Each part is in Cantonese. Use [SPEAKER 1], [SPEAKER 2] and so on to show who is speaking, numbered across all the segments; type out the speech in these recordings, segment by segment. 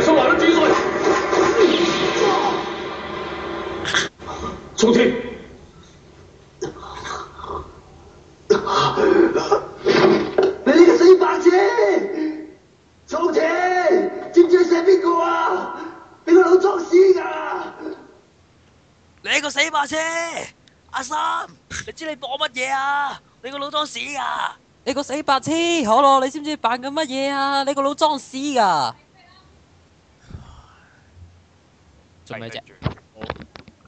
[SPEAKER 1] 受老人追罪。重庆，
[SPEAKER 2] 你呢個死白痴！重慶，知唔知你寫邊個啊？你個老啊裝屎㗎！
[SPEAKER 3] 你個死白痴！阿三，你知你播乜嘢啊？你個腦裝屎噶！
[SPEAKER 4] 你個死白痴，可樂，你知唔知扮緊乜嘢啊？你個腦裝屎噶！做咩啫？
[SPEAKER 5] 我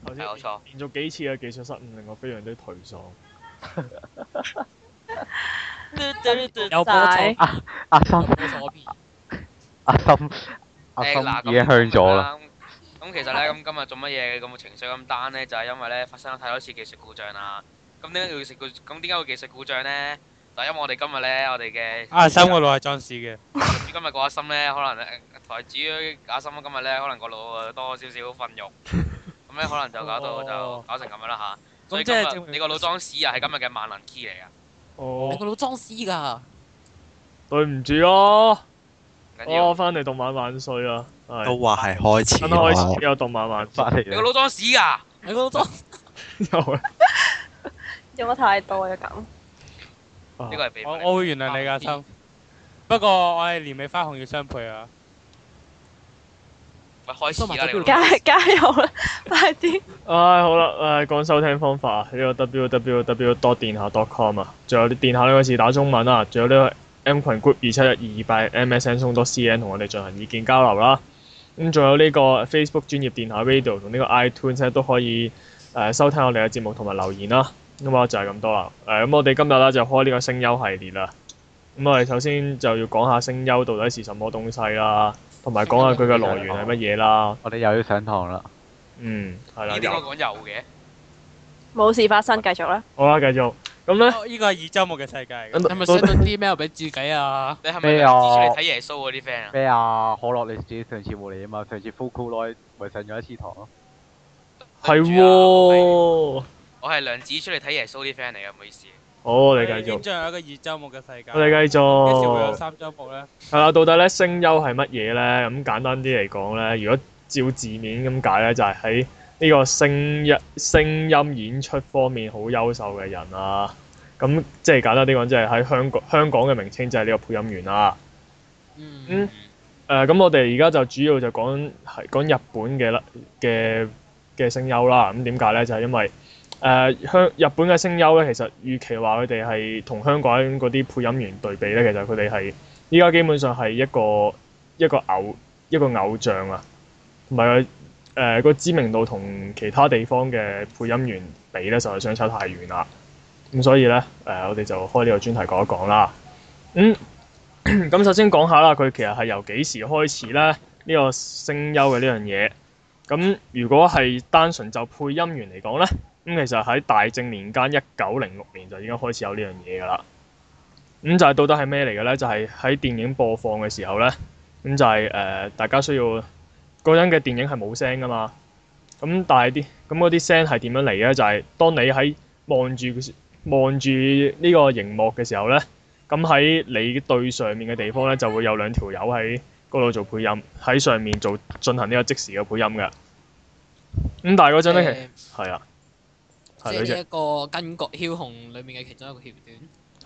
[SPEAKER 5] 頭先
[SPEAKER 3] 係我錯
[SPEAKER 5] 連續幾次嘅技術失誤，令我非常之頹喪。
[SPEAKER 4] 有波錯，
[SPEAKER 6] 阿阿心
[SPEAKER 4] 有波錯邊？
[SPEAKER 6] 阿心阿
[SPEAKER 3] 誒
[SPEAKER 6] 心
[SPEAKER 3] 嗱
[SPEAKER 6] 已經向咗啦。。
[SPEAKER 3] 咁咁其實咧，咁今日做乜嘢咁情緒咁 down 咧？就係因為咧發生咗太多次技術故障啦。咁點解要技術故？咁點解會技術故障咧？就因為我哋今日咧，我哋嘅
[SPEAKER 7] 阿三個腦係裝屎嘅，
[SPEAKER 3] 今日個阿心咧，可能誒台主阿心今日咧，可能個腦多少少憤怒，咁咧可能就搞到就
[SPEAKER 7] 哦
[SPEAKER 3] 搞成咁樣啦吓。所以今
[SPEAKER 7] 咁即
[SPEAKER 3] 日
[SPEAKER 7] 係證明
[SPEAKER 3] 你個腦裝屎啊，係今日嘅萬能 key 嚟噶
[SPEAKER 5] 哦
[SPEAKER 4] 你，個腦裝屎噶！
[SPEAKER 5] 對唔住啊！，
[SPEAKER 3] 唔緊
[SPEAKER 5] 我
[SPEAKER 3] 要。
[SPEAKER 5] 翻嚟動漫萬歲啊！係
[SPEAKER 8] 都話係開始
[SPEAKER 5] 新
[SPEAKER 8] 啦，
[SPEAKER 5] 開始有動漫萬歲
[SPEAKER 6] 翻嚟
[SPEAKER 3] 你個
[SPEAKER 6] 啦
[SPEAKER 3] 腦裝屎噶，
[SPEAKER 4] 你個腦裝
[SPEAKER 5] 又 係
[SPEAKER 9] 有乜太多啊咁？
[SPEAKER 5] 啊
[SPEAKER 3] 呢個係秘密
[SPEAKER 7] 我
[SPEAKER 3] 嚟。
[SPEAKER 7] 我會原諒你噶阿三。不過我係年尾花紅要相 配啊！
[SPEAKER 3] 喂，開始啦，你個腦
[SPEAKER 9] 加加油啦，快啲！
[SPEAKER 5] 唉，好啦，誒講收聽方法啊呢、個 www dot 電下 dot com 啊，仲有啲電下呢個字打中文啊，仲有呢個 M 群 group 二七一二二八 MSN 送多 CN 同我哋進行意見交流啦。咁、仲有呢個 Facebook 專業電下 Radio 同呢個 iTunes 咧都可以誒、呃收聽我哋嘅節目同埋留言啦。咁啊就係咁多啦。誒、咁我哋今日咧就開呢個聲優系列啦。咁我哋首先就要講下聲優到底是什麼東西啦，同埋講下佢嘅來源係乜嘢啦。
[SPEAKER 6] 我哋又要上堂啦。
[SPEAKER 5] 嗯，係啦
[SPEAKER 3] 咦，。點解講有嘅？
[SPEAKER 9] 冇事發生，繼續啦。
[SPEAKER 5] 好啦，繼續。咁咧。
[SPEAKER 7] 哦呢個係二周目嘅世界嚟㗎
[SPEAKER 5] 咁
[SPEAKER 4] 係咪 send 咗 email 俾自己啊？
[SPEAKER 3] 你係咪
[SPEAKER 6] 咩啊
[SPEAKER 3] 指出嚟睇耶穌嗰啲 friend 啊？
[SPEAKER 6] 咩啊？可樂你自己上次冇嚟啊嘛，上次 f o c u l i 咪上咗一次堂咯。
[SPEAKER 5] 係
[SPEAKER 3] 對唔住啊我係
[SPEAKER 5] 喎，
[SPEAKER 3] 我係梁子出嚟睇耶穌啲 friend 嚟嘅，唔好意思。
[SPEAKER 5] 好，我哋
[SPEAKER 7] 已
[SPEAKER 5] 繼
[SPEAKER 7] 經
[SPEAKER 5] 續，
[SPEAKER 7] 進入一個二周目嘅世界。
[SPEAKER 5] 我哋繼
[SPEAKER 7] 幾時會有
[SPEAKER 5] 續，
[SPEAKER 7] 三周目咧？
[SPEAKER 5] 係啦，到底咧聲優係乜嘢咧？咁簡單啲嚟講咧，如果照字面咁解咧，就係喺呢個聲音聲音演出方面好優秀嘅人啊。咁即係簡單啲講，即係喺香港香港嘅名稱就係呢個配音員啦。
[SPEAKER 4] 嗯，
[SPEAKER 1] Ừ.
[SPEAKER 5] 嗯誒咁、我哋而家就主要就講係講日本嘅啦嘅嘅聲優啦。咁點解咧？就係、因為誒香、日本嘅聲優咧，其實與其話佢哋係同香港嗰啲配音員對比咧，其實佢哋係依家基本上係一個一個偶一個偶像啊，同埋誒呃個知名度同其他地方嘅配音員比咧，實在相差太遠啦。咁所以咧，誒、我哋就開呢個專題講一講啦。嗯。 咁首先講下啦，佢其實係由幾時開始咧？呢、個聲優嘅呢樣嘢。咁如果係單純就配音員嚟講咧，咁其實喺大正年間一九零六年就已經開始有呢樣嘢㗎啦。咁就係到底係咩嚟嘅咧？就係、喺電影播放嘅時候咧，咁就係、呃大家需要嗰陣嘅電影係冇聲㗎嘛。咁但係啲咁嗰啲聲係點樣嚟嘅？就係、當你喺望住望住呢個熒幕嘅時候咧。咁喺你對上面嘅地方咧，就會有兩條友喺嗰度做配音，喺上面做進行呢個即時嘅配音嘅。咁但係嗰陣咧，
[SPEAKER 4] 誒
[SPEAKER 5] 其係啊，
[SPEAKER 4] 即
[SPEAKER 5] 係女
[SPEAKER 4] 係呢
[SPEAKER 5] 仔
[SPEAKER 4] 一個巾幗梟雄裏面嘅其中一個橋段。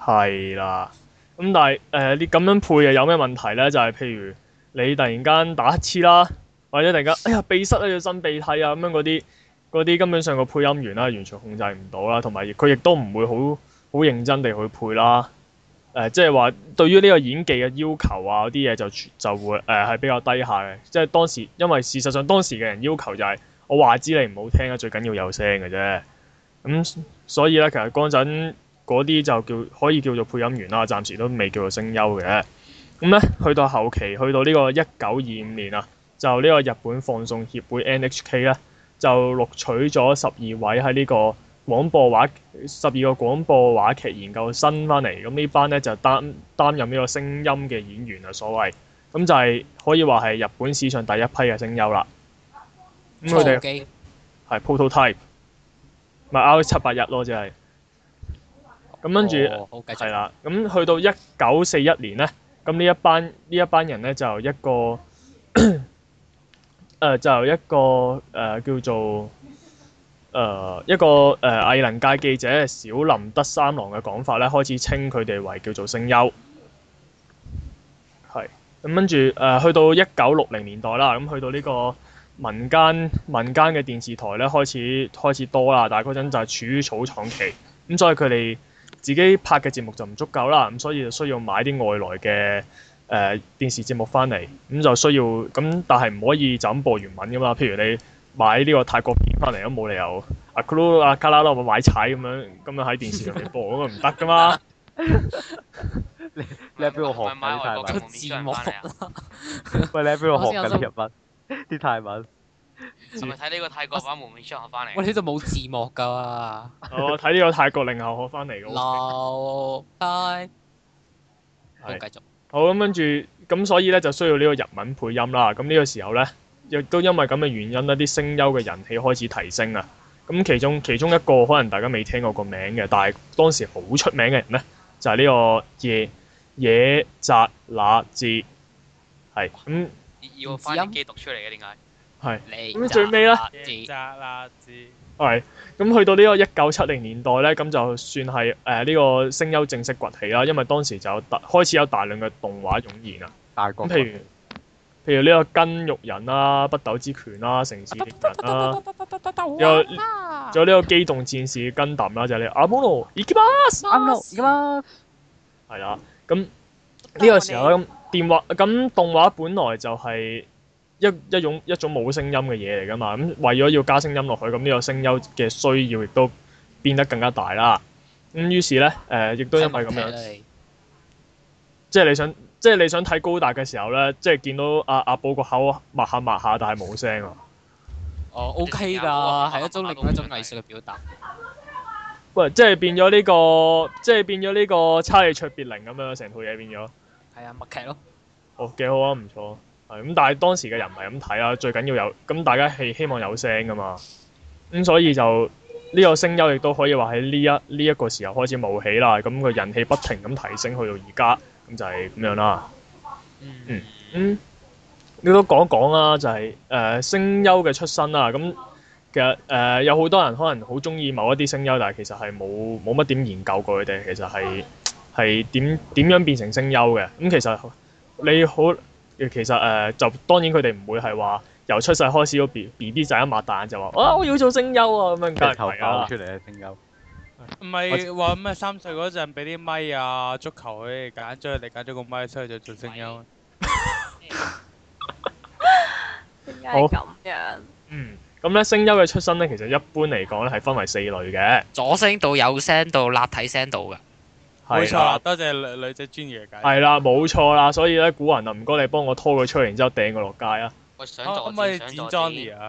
[SPEAKER 5] 係啦。咁但係誒，你咁樣配嘅有咩問題咧？就係、譬如你突然間打乞嗤啦，或者突然間哎呀鼻塞啊，要擤鼻涕啊咁樣嗰啲，嗰啲根本上個配音員啦，完全控制唔到啦，同埋佢亦都唔會好好認真地去配啦。誒、即係話對於呢個演技嘅要求啊，嗰啲嘢就全就會誒係、比較低下嘅。即係當時，因為事實上當時嘅人要求就係、我話知你唔好聽啊，最緊要有聲嘅啫。咁、所以咧，其實嗰陣嗰啲就叫可以叫做配音員啦，暫時都未叫做聲優嘅。咁咧，去到後期，去到呢個一九二五年啊，就呢個日本放送協會 NHK 咧，就錄取咗十二位喺呢個廣播話十二個廣播話劇研究生翻嚟，咁呢班咧就擔擔任呢個聲音嘅演員啊，所謂咁就係可以話係日本史上第一批嘅聲優啦。咁佢哋
[SPEAKER 4] 初機
[SPEAKER 5] 係 prototype，咪 R 七八一咯，即係。咁跟住
[SPEAKER 4] 哦好繼續
[SPEAKER 5] 係啦，咁去到一九四一年咧，咁呢一班呢一班人咧就一個誒、就一個誒、叫做誒、一個誒、藝能界記者小林德三郎嘅講法咧，開始稱佢哋為叫做聲優。係咁跟住誒，去到一九六零年代啦，咁去到呢、個。民間民間嘅電視台咧開始開始多啦，但係嗰陣就係處於草創期，咁所以佢哋自己拍嘅節目就唔足夠啦，咁所以就需要買啲外來嘅誒、呃、電視節目翻嚟，咁就需要咁，但係唔可以就咁播原文噶嘛。譬如你買呢個泰國片翻嚟，咁冇理由啊咕嚕啊卡啦啦我買踩咁樣，咁樣喺電視上嚟播，咁啊唔得噶嘛。
[SPEAKER 6] 你喺邊度學
[SPEAKER 3] 咪買
[SPEAKER 6] 嘅啲泰
[SPEAKER 3] 外國嘅？蒙面商
[SPEAKER 6] 文
[SPEAKER 3] 人翻嚟啊？
[SPEAKER 6] 喂，你喺邊度學
[SPEAKER 1] 我
[SPEAKER 6] 緊
[SPEAKER 1] 先有
[SPEAKER 6] 啲日文？啲泰文
[SPEAKER 3] 係咪睇呢個泰國版蒙面商人翻
[SPEAKER 1] 我哋
[SPEAKER 3] 嚟？
[SPEAKER 1] 呢度冇字幕噶，
[SPEAKER 5] 我哦睇呢個泰國零後學翻嚟嘅喎。
[SPEAKER 1] 流派。好，
[SPEAKER 5] 係
[SPEAKER 1] 繼續。
[SPEAKER 5] 好咁跟住，咁所以咧就需要呢個日文配音啦。咁呢個時候咧，亦都因為咁嘅原因呢啲聲優嘅人氣開始提升啊。咁其中其中一個可能大家未聽過個名嘅，但係當時好出名嘅人咧，就係、呢個野野澤那智。係咁
[SPEAKER 3] 要我翻啲機讀出嚟嘅點解？
[SPEAKER 5] 係
[SPEAKER 1] 你
[SPEAKER 5] 咁最尾呢
[SPEAKER 1] 就
[SPEAKER 7] 一扎啦字，
[SPEAKER 5] 係咁去到呢個一九七零年代咧，咁就算係誒呢個聲優正式崛起啦，因為當時就有大開始有大量嘅動畫湧現啊。
[SPEAKER 6] 大國
[SPEAKER 5] 咁譬如譬如呢個筋肉人啦、北斗之拳啦、城市獵
[SPEAKER 1] 啊
[SPEAKER 5] 人啦，仲有仲有呢個機動戰士跟揼啦，就係你阿 m o n o i k i m a s
[SPEAKER 6] 啱啦，而啦，
[SPEAKER 5] 係啦。咁呢個時候咁電話咁動畫本來就係一一種一種冇聲音嘅嘢嚟噶嘛，咁為咗要加聲音落去，咁呢個聲優嘅需要亦都變得更加大啦。咁於是咧，誒、亦都因為咁樣。
[SPEAKER 1] 樣。
[SPEAKER 5] 即係你想，即係你想睇高達嘅時候咧，即係見到阿阿寶個口抹下抹下，但係冇聲啊。
[SPEAKER 1] 哦，OK Ờ, 㗎，係一種另一種藝術嘅表達。
[SPEAKER 5] 喂，即係變咗呢、個，即係變咗呢個差利卓別靈咁樣，成套嘢變咗。
[SPEAKER 1] 係啊，默劇咯。
[SPEAKER 5] 哦，幾好啊，唔錯。係咁，但係當時嘅人唔係咁睇啊，最緊要有咁大家係希望有聲噶嘛。咁所以就呢、個聲優亦都可以話喺呢一呢一、個時候開始冒起啦。咁佢人氣不停咁提升，去到而家咁就係咁樣啦。
[SPEAKER 3] 嗯，
[SPEAKER 5] 嗯，你都講講啦，就係、誒、聲優嘅出身啦。咁其實誒、有好多人可能好中意某一啲聲優，但係其實係冇冇乜點研究過佢哋，其實係係點點樣變成聲優嘅。咁、其實你好，其實誒、就當然佢哋唔會係話由出世開始個 B B B 仔一擘大眼就話啊我要做聲優啊咁樣，梗係
[SPEAKER 6] 直頭
[SPEAKER 5] 唔係
[SPEAKER 6] 爆
[SPEAKER 5] 啊
[SPEAKER 6] 出嚟嘅聲優，
[SPEAKER 7] 唔係話咩三歲嗰陣俾啲咪啊足球佢哋揀咗，你揀咗個咪，所以就做聲優。
[SPEAKER 9] 點解
[SPEAKER 5] 好
[SPEAKER 9] 係咁樣？
[SPEAKER 5] 嗯，咁咧聲優嘅出身咧，其實一般嚟講咧係分為四類嘅，
[SPEAKER 1] 左聲道、右聲道、立體聲道㗎。
[SPEAKER 7] 冇
[SPEAKER 5] 係
[SPEAKER 7] 錯
[SPEAKER 5] 啦
[SPEAKER 7] 啦，。多謝女女仔專業嘅解釋。
[SPEAKER 5] 係啦，冇錯啦，所以咧，古人啊，唔該你幫我拖佢出嚟，然之後掟佢落街啊！
[SPEAKER 3] 我想
[SPEAKER 7] 可
[SPEAKER 3] 助
[SPEAKER 7] 唔可以
[SPEAKER 3] 戰，
[SPEAKER 7] 剪
[SPEAKER 3] 想助戰
[SPEAKER 7] Johnny 啊？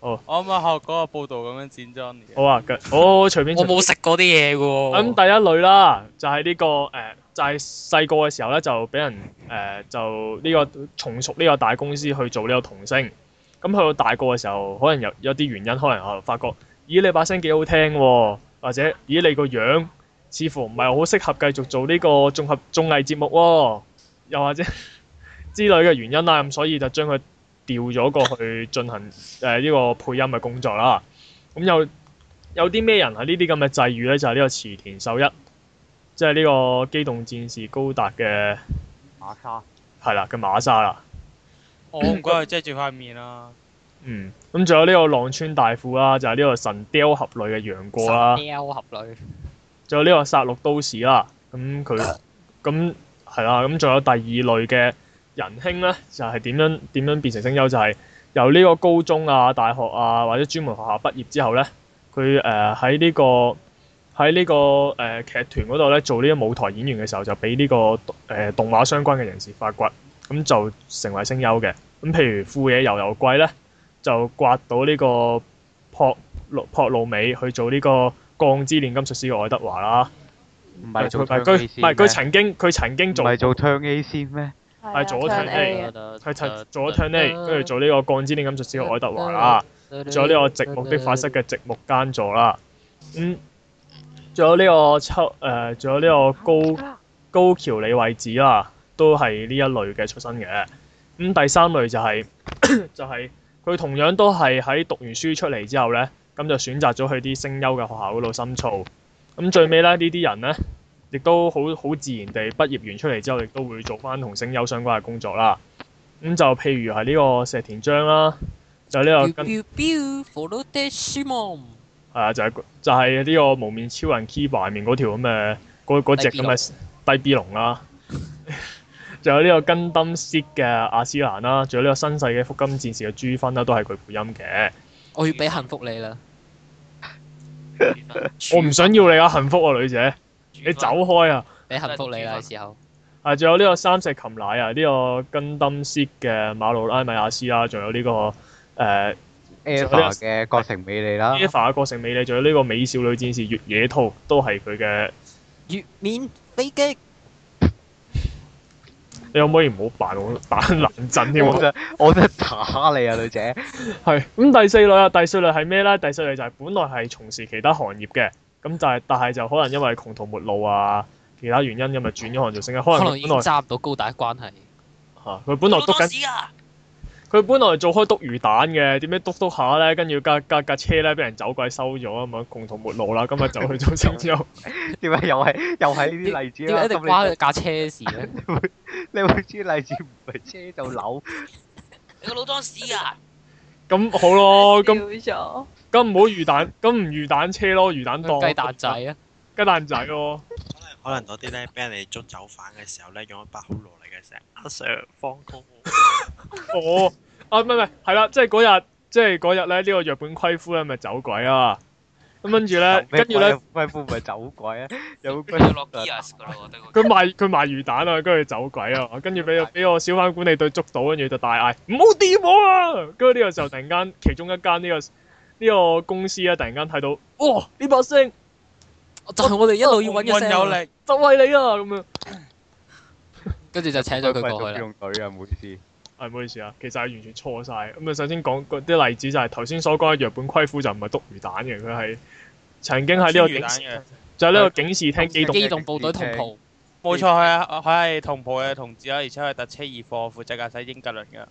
[SPEAKER 5] 哦
[SPEAKER 7] 我可唔可以學嗰個報道咁樣剪 Johnny
[SPEAKER 5] 好
[SPEAKER 7] 啊？
[SPEAKER 5] 啊，繼我隨便
[SPEAKER 1] 我冇食過啲嘢
[SPEAKER 5] 咁
[SPEAKER 1] 㗎
[SPEAKER 5] 第
[SPEAKER 1] 喎。
[SPEAKER 5] 一類啦，就係、呢、個誒、就係細個嘅時候咧，就俾人誒、就呢、個從屬呢個大公司去做呢個童星。咁去到大個嘅時候，可能有有啲原因，可能我發覺，咦你把聲幾好聽喎，或者咦你個樣似乎唔係好適合繼續做呢個綜合綜藝節目喎，又或者之類嘅原因啦，咁所以就將佢調咗過去進行誒呢、個配音嘅工作啦。咁有有啲咩人係呢啲咁嘅際遇咧？就係、呢個池田秀一，即係呢個機動戰士高達嘅
[SPEAKER 6] 馬卡
[SPEAKER 5] 係啦嘅馬沙啦。
[SPEAKER 7] 我唔該佢遮住塊面啦。
[SPEAKER 5] 嗯，咁仲有呢個浪川大輔啦，就係、呢個神雕俠侶嘅楊過啦，
[SPEAKER 1] 雕合類。
[SPEAKER 5] 仲有呢個殺戮都市啦。咁佢咁係啦，咁仲有第二類嘅仁兄咧，就係、點樣點樣變成聲優，就係、由呢個高中啊、大學啊或者專門學校畢業之後咧，佢誒喺呢個。喺呢、個誒、呃、劇團嗰度咧做呢啲舞台演員嘅時候，就俾呢、個誒、呃、動畫相關嘅人士發掘，咁就成為聲優嘅。咁譬如富野由悠季咧，就刮到呢個朴路朴路美去做呢個《鋼之煉金術師》嘅愛德華啦。
[SPEAKER 6] 唔
[SPEAKER 5] 唔係佢
[SPEAKER 6] 係做
[SPEAKER 5] 唔係
[SPEAKER 6] turn
[SPEAKER 5] 佢
[SPEAKER 6] A
[SPEAKER 5] 唔係
[SPEAKER 6] 先咩，
[SPEAKER 5] 佢曾經佢曾經
[SPEAKER 6] 唔
[SPEAKER 5] 做
[SPEAKER 6] 係做 turn A 先咩？
[SPEAKER 9] 係啊
[SPEAKER 5] 左
[SPEAKER 9] 聽
[SPEAKER 5] turn A
[SPEAKER 9] 嘅
[SPEAKER 5] 佢曾做咗 Turn A，跟住做呢個《鋼之煉金術師》嘅愛德華啦。仲有呢個直木的法室嘅直木間座啦，嗯，仲有呢個秋誒，仲、有呢個高高橋李惠子啦，都係呢一類嘅出身嘅。咁、第三類就係、 就係、佢同樣都係喺讀完書出嚟之後咧，咁就選擇咗去啲聲優嘅學校嗰度深造。咁最尾咧，呢啲人咧，亦都好好自然地畢業完出嚟之後，亦都會做翻同聲優相關嘅工作啦。咁就譬如係呢個石田章啦，就呢、個跟
[SPEAKER 4] biu biu follow the Shimon，
[SPEAKER 5] 係啊，就係、就係、呢個無面超人 Kiba 入面嗰條咁嘅嗰嗰只咁嘅低 B 龍啦。 仲有呢個跟登 s e 嘅阿斯蘭啦，仲有呢個新世嘅福金戰士嘅朱芬啦，都係佢配音嘅。
[SPEAKER 4] 我要俾幸福你啦。
[SPEAKER 5] 我唔想要你啊，幸福啊，女姐，你走開啊！
[SPEAKER 4] 俾幸福你啦，時候
[SPEAKER 5] 啊，仲有呢個三石琴乃啊，呢、個跟登 s e 嘅馬路拉米亞斯啦，仲有呢、個誒、呃
[SPEAKER 6] Eva 嘅郭成美利啦，
[SPEAKER 5] e v a 嘅國城美里，仲有呢個美少女戰士月野兔，都係佢嘅。
[SPEAKER 4] 月面飛機，
[SPEAKER 5] 你可唔可以唔好扮我扮冷震添啊？
[SPEAKER 6] 我真我真打你啊，女姐！
[SPEAKER 5] 係咁第四類啊，第四類係咩咧？第四類就係本來係從事其他行業嘅，咁但係但係就可能因為窮途末路啊，其他原因咁咪轉咗行做聲音。可
[SPEAKER 4] 可
[SPEAKER 5] 能
[SPEAKER 4] 能已
[SPEAKER 5] 佢
[SPEAKER 4] 經
[SPEAKER 5] 本來嚇
[SPEAKER 4] 揸唔到高達關係。
[SPEAKER 5] 佢本來
[SPEAKER 3] 好
[SPEAKER 5] 篤
[SPEAKER 3] 多
[SPEAKER 5] 緊，
[SPEAKER 3] 屎啊！
[SPEAKER 5] 佢本來做開篤魚蛋嘅，點解篤篤下咧，跟住架架架車咧俾人走鬼收咗啊嘛，窮途末路啦，今啊日就去做聲優。
[SPEAKER 6] 點解又係又係呢啲例子
[SPEAKER 4] 點解
[SPEAKER 6] 啦？
[SPEAKER 4] 一定
[SPEAKER 6] 咁
[SPEAKER 4] 關架車事咧？
[SPEAKER 6] 你你會知例子唔係車就樓，
[SPEAKER 3] 你個老裝屎啊！
[SPEAKER 5] 咁好咯，
[SPEAKER 9] 笑
[SPEAKER 5] 咁
[SPEAKER 9] 咗，
[SPEAKER 5] 咁唔好魚蛋，咁唔魚蛋車咯，魚蛋檔。
[SPEAKER 4] 雞蛋仔啊！
[SPEAKER 5] 雞蛋仔咯。
[SPEAKER 8] 可能嗰啲咧俾人哋捉走犯嘅時候咧，用一把好羅嚟嘅石，阿 Sir 放工我。
[SPEAKER 5] 哦，啊，唔係唔係，係啦，即係嗰日，即係嗰日咧，呢、個日本規夫咧咪走鬼啊！咁跟住 咧，跟住
[SPEAKER 8] 啊
[SPEAKER 5] 咧，
[SPEAKER 6] 貴夫咪走鬼啊！有
[SPEAKER 3] 要
[SPEAKER 6] 跟
[SPEAKER 3] 落 gears 噶啦，我覺得
[SPEAKER 5] 佢賣佢賣魚蛋啊，跟住走鬼啊，跟住俾 俾個小販管理隊捉到，跟住就大嗌唔好掂我啊！跟住呢個時候突然間，其中一間呢、個呢、個公司咧，突然間睇到，哇！呢把聲
[SPEAKER 4] 就係我哋一路要揾嘅
[SPEAKER 7] 運
[SPEAKER 4] 聲
[SPEAKER 7] 有
[SPEAKER 4] 啊，
[SPEAKER 7] 力，
[SPEAKER 5] 就係你啊！咁樣，
[SPEAKER 4] 跟住就請咗佢過去啦。
[SPEAKER 6] 用隊啊，唔好意思。
[SPEAKER 5] 係唔好意思啊，其實係完全錯晒。咁啊，首先講嗰啲例子就係頭先所講嘅日本規夫就唔係篤魚蛋嘅，佢係曾經喺呢個
[SPEAKER 7] 豬魚
[SPEAKER 5] 警
[SPEAKER 7] 蛋
[SPEAKER 5] 視
[SPEAKER 7] 嘅，
[SPEAKER 5] 就係呢個警視廳機動
[SPEAKER 4] 機動部隊同袍，
[SPEAKER 7] 冇錯係啊，佢係同步嘅同志啦，而且佢係特車二貨，負責駕駛英格倫嘅。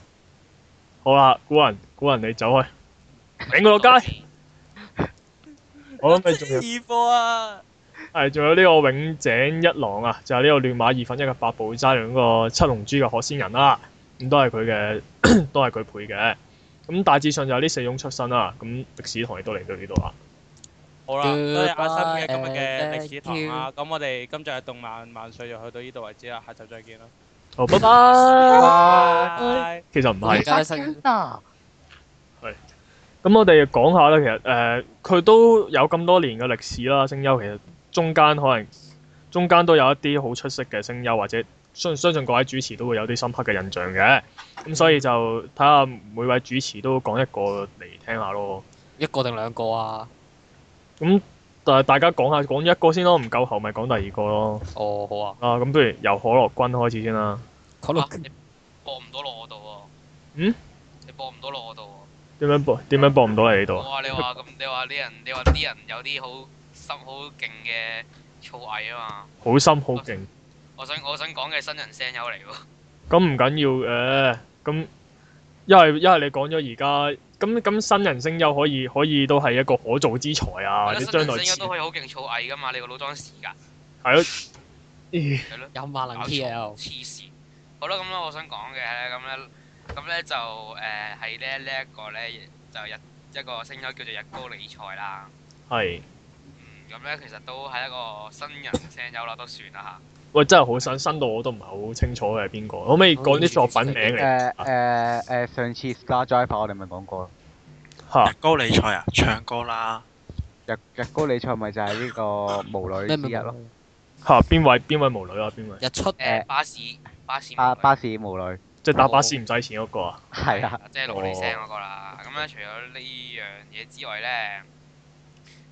[SPEAKER 5] 好啦，古人，古人你走啊 開，頂佢落街。
[SPEAKER 3] 街。
[SPEAKER 5] 我諗你仲有
[SPEAKER 7] 二貨啊！
[SPEAKER 5] 係仲有呢個永井一郎啊，就係呢個亂馬二分一嘅八部揸住嗰個七龍珠嘅可仙人啦、咁都係佢嘅， 都係佢配嘅。咁大致上就係呢四種出身啦。咁歷史堂亦都嚟到呢度啦。
[SPEAKER 7] 好啦，多謝阿心嘅今日嘅歷史堂啊！咁我哋今集嘅動漫萬歲就去到呢度為止啦，下集再見啦，
[SPEAKER 5] 好，拜拜。
[SPEAKER 7] 拜拜。
[SPEAKER 5] 其實唔係
[SPEAKER 4] 而。家新
[SPEAKER 5] 咁我哋講下啦，其實誒佢、都有咁多年嘅歷史啦，聲優其實中間可能中間都有一啲好出色嘅聲優，或者相相信各位主持都會有啲深刻嘅印象嘅。咁所以就睇下每位主持都講一個嚟聽下咯。
[SPEAKER 4] 一個定兩個啊？
[SPEAKER 5] 咁但係大家講下講一個先咯，唔夠喉咪講第二個咯。
[SPEAKER 4] 哦，好啊。
[SPEAKER 5] 啊，咁不如由可樂君開始先啦。
[SPEAKER 4] 可
[SPEAKER 3] 啊
[SPEAKER 4] 樂
[SPEAKER 3] 你播唔到落我度喎。
[SPEAKER 5] 嗯？
[SPEAKER 3] 你播唔到落我度喎。
[SPEAKER 5] 點樣播？點樣播唔到嚟呢度
[SPEAKER 3] 我
[SPEAKER 5] 啊？
[SPEAKER 3] 話你話咁，你話啲人，你話啲人有啲好心好勁嘅造詣啊嘛。
[SPEAKER 5] 好深好勁。
[SPEAKER 3] 我想我想講嘅新人聲優嚟喎。
[SPEAKER 5] 咁唔緊要嘅，咁因為因為你講咗而家，咁咁新人聲優可以可以都係一個可造之才啊，
[SPEAKER 3] 我
[SPEAKER 5] 或
[SPEAKER 3] 覺得新
[SPEAKER 5] 者將
[SPEAKER 3] 人
[SPEAKER 5] 來
[SPEAKER 3] 聲
[SPEAKER 5] 前
[SPEAKER 3] 優都可以好勁造詣噶嘛，你個老裝屎㗎。
[SPEAKER 5] 係咯，咦
[SPEAKER 3] 係咯。
[SPEAKER 4] 有萬能
[SPEAKER 3] 搞
[SPEAKER 4] T L
[SPEAKER 3] 錯。黐線。好啦，咁咧我想講嘅咧，咁咧咁咧就誒係咧呢一個咧就日一個聲優叫做日高理財啦。
[SPEAKER 5] 係
[SPEAKER 3] 嗯，咁咧其實都係一個新人聲優啦，都算啦
[SPEAKER 5] 喂真係好新，新到我都唔係好清楚佢係邊個，可唔可以講啲作品名嚟
[SPEAKER 6] 誒誒誒，上次 Star Driver 我哋咪講過，
[SPEAKER 5] 嚇？
[SPEAKER 8] 高理財啊，唱歌啦，
[SPEAKER 6] 日日高理賽咪就係呢個無女
[SPEAKER 4] 咩
[SPEAKER 6] 之
[SPEAKER 4] 咩
[SPEAKER 6] 日咯，
[SPEAKER 5] 嚇邊位邊位無女啊？邊位
[SPEAKER 4] 日出
[SPEAKER 3] 嚇。誒
[SPEAKER 6] 誒啊
[SPEAKER 3] 巴士巴士
[SPEAKER 6] 巴
[SPEAKER 3] 無女
[SPEAKER 6] 巴士無女，
[SPEAKER 5] 即係搭巴士唔使錢嗰個啊？
[SPEAKER 6] 係啊，
[SPEAKER 3] 即係勞力聲嗰個啦。咁咧，除咗呢樣嘢之外咧，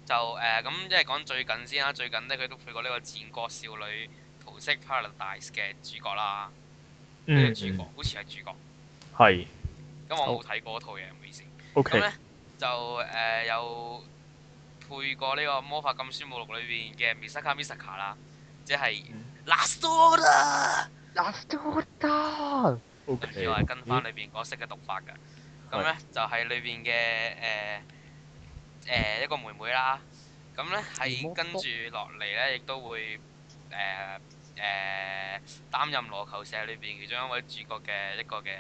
[SPEAKER 3] 就誒咁即係講最近先啦。最近咧，佢都配過呢個《戰國少女桃色 Paradise》嘅主角啦。呢個
[SPEAKER 5] 嗯，
[SPEAKER 3] 主角好似係主角，
[SPEAKER 5] 係
[SPEAKER 3] 咁我冇睇過嗰套嘢，唔好意思。咁
[SPEAKER 5] OK
[SPEAKER 3] 咧就誒有配過呢個《魔法禁書目錄》裏邊嘅 Misaka Misaka 啦，即係 Last Order
[SPEAKER 6] Last
[SPEAKER 5] O
[SPEAKER 3] 只
[SPEAKER 5] K，
[SPEAKER 3] 我係跟翻裏邊角色嘅讀法㗎。咁咧就係裏邊嘅誒誒一個妹妹啦。咁咧係跟住落嚟咧，亦都會誒誒、擔任羅球社裏邊其中一位主角嘅一個嘅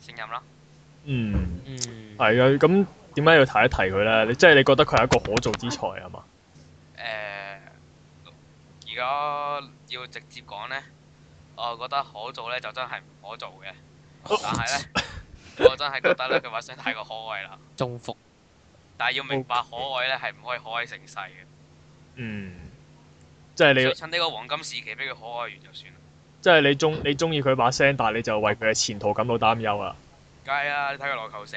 [SPEAKER 3] 聲音啦。
[SPEAKER 5] 嗯，
[SPEAKER 7] 嗯
[SPEAKER 5] 係啊，咁點解要提一提佢咧？你即係你覺得佢係一個可造之才係嘛？
[SPEAKER 3] 誒、而家要直接講咧，我覺得可做咧就真係唔可做嘅。但係 咧，我真係覺得咧佢把聲太過可愛啦。
[SPEAKER 1] 中伏。
[SPEAKER 3] 但係要明白可愛咧係唔可以可愛成世嘅。
[SPEAKER 5] 嗯，即係
[SPEAKER 3] 所以
[SPEAKER 5] 你
[SPEAKER 3] 趁呢個黃金時期俾佢可愛完就算啦。
[SPEAKER 5] 即係你中你中意佢把聲，但係你就為佢嘅前途感到擔憂啦。
[SPEAKER 3] 梗係啦，你睇佢羅球社，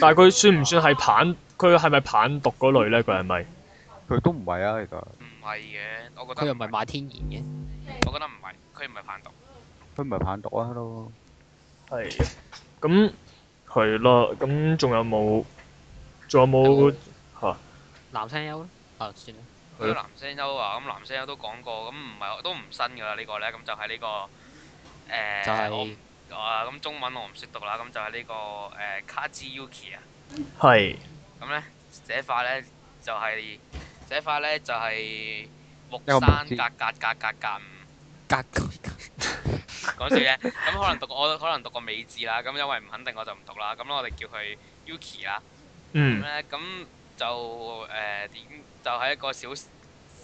[SPEAKER 5] 但係佢算唔算係棒？佢係咪棒讀嗰類咧？佢係咪？
[SPEAKER 6] 佢都唔係啊，其實
[SPEAKER 3] 唔係嘅，我
[SPEAKER 1] 佢
[SPEAKER 3] 覺得
[SPEAKER 1] 又唔係賣天然嘅，
[SPEAKER 3] 我覺得唔係，佢唔係販毒。
[SPEAKER 6] 佢唔係棒讀啊都。
[SPEAKER 5] 係。咁係咯，咁仲有冇？仲有冇嚇？
[SPEAKER 1] 男聲優咯。啊，算啦。
[SPEAKER 5] 係咯
[SPEAKER 3] 佢男聲優啊，咁男聲優都講過，咁唔係都唔新㗎啦呢個咧，咁就係呢個
[SPEAKER 1] 就
[SPEAKER 3] 誒，
[SPEAKER 1] 係
[SPEAKER 3] 我唔啊咁中文我唔識讀啦，咁就係呢個誒卡茲 Yuki 啊，
[SPEAKER 5] 係
[SPEAKER 3] 咁咧寫法咧就係寫法咧就係木
[SPEAKER 6] 一個木
[SPEAKER 3] 山
[SPEAKER 6] 字
[SPEAKER 3] 格格格格格五。
[SPEAKER 1] 格局。
[SPEAKER 3] 講笑啫。咁可能讀我可能讀個美字啦，咁因為唔肯定我就唔讀啦。咁我哋叫佢 Yuki 啦。咁
[SPEAKER 5] 嗯
[SPEAKER 3] 咧咁就誒點就係一個小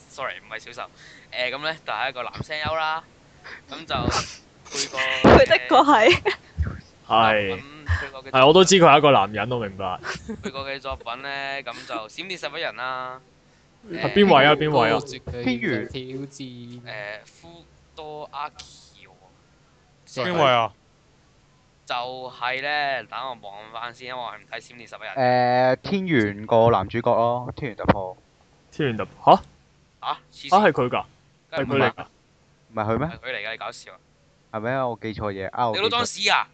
[SPEAKER 3] ，sorry 唔係小受誒咁咧就係一個男聲優啦。咁就配個
[SPEAKER 9] 佢的確係
[SPEAKER 5] 係
[SPEAKER 3] 係
[SPEAKER 5] 係我都知佢係一個男人，我明白。
[SPEAKER 3] 佢個嘅作品咧，咁就閃電十一人啦。
[SPEAKER 5] 係邊位啊？邊位啊？
[SPEAKER 1] 邊如挑戰
[SPEAKER 3] 誒 f 多阿喬，
[SPEAKER 7] 邊位啊？
[SPEAKER 3] 就係咧，等我望翻先，因為我係唔睇閃電十一人。
[SPEAKER 6] Ờ, 誒，天元個男主角咯，天元突破，
[SPEAKER 5] 天元突嚇啊
[SPEAKER 3] 啊，黐線
[SPEAKER 5] 係佢㗎，
[SPEAKER 3] 梗係
[SPEAKER 5] 係佢
[SPEAKER 3] 唔
[SPEAKER 5] 嚟
[SPEAKER 3] 係
[SPEAKER 5] 㗎。
[SPEAKER 6] 唔係佢咩？
[SPEAKER 3] 係佢嚟㗎，你搞笑啊！
[SPEAKER 6] 係咪啊？我記錯嘢啊！我
[SPEAKER 3] 你
[SPEAKER 6] 記
[SPEAKER 3] 老裝
[SPEAKER 6] 錯，
[SPEAKER 3] 屎啊！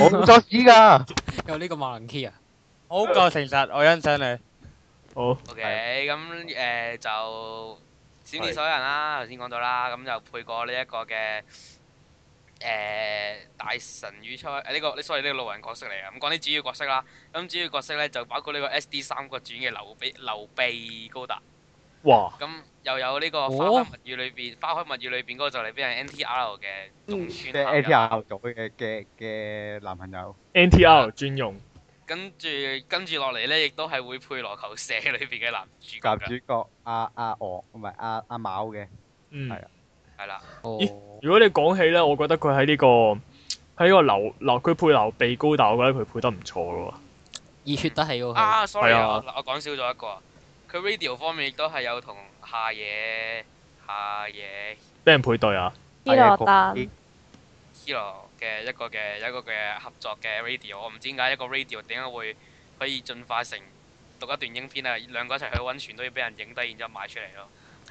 [SPEAKER 6] 我冇作屎㗎。
[SPEAKER 1] 有呢個萬能 key 啊？
[SPEAKER 7] 好夠誠實，我欣賞你。
[SPEAKER 5] 好
[SPEAKER 3] OK，咁誒、就閃電所有人啦，頭先講到啦，咁就配過呢一個嘅誒、大神與初誒呢、個呢 sorry 呢個路人角色嚟嘅，咁講啲主要角色啦，咁主要角色咧就包括呢個 SD 三國傳嘅劉備劉備高達，
[SPEAKER 5] 哇！
[SPEAKER 3] 咁又有呢個花
[SPEAKER 6] 哦
[SPEAKER 3] 開物語裏邊花開物語裏邊嗰個就嚟俾人 NTR 嘅中
[SPEAKER 6] 即
[SPEAKER 3] 村
[SPEAKER 6] 係
[SPEAKER 3] 孝
[SPEAKER 6] A 嗯 T
[SPEAKER 3] 人
[SPEAKER 6] R 哦組嘅嘅嘅男朋友，
[SPEAKER 5] NTR 專用
[SPEAKER 3] 跟住跟住落嚟咧，亦都係會配羅球社裏邊嘅男主角
[SPEAKER 6] 男
[SPEAKER 3] 㗎
[SPEAKER 6] 主角阿阿昂唔係阿阿卯嘅，
[SPEAKER 5] 嗯
[SPEAKER 6] 係。啊
[SPEAKER 3] 係啦，
[SPEAKER 1] 哦，
[SPEAKER 5] 咦如果你講起咧，我覺得佢喺呢個喺呢個劉劉佢配劉備高達，我覺得佢配得唔錯咯。
[SPEAKER 1] 熱血得起喎佢。
[SPEAKER 3] 啊，sorry
[SPEAKER 5] 係
[SPEAKER 3] 啊，
[SPEAKER 5] 啊
[SPEAKER 3] 我我講少咗一個啊，佢 radio 方面亦都係有同下野下野
[SPEAKER 5] 俾人配對啊！
[SPEAKER 9] 呢落蛋，
[SPEAKER 3] Hero 嘅一個嘅一個嘅合作嘅 radio，我唔知點解一個 radio 點解會可以進化成讀一段影片啊，兩個一齊去温泉都要俾人影低，然之後賣出嚟咯。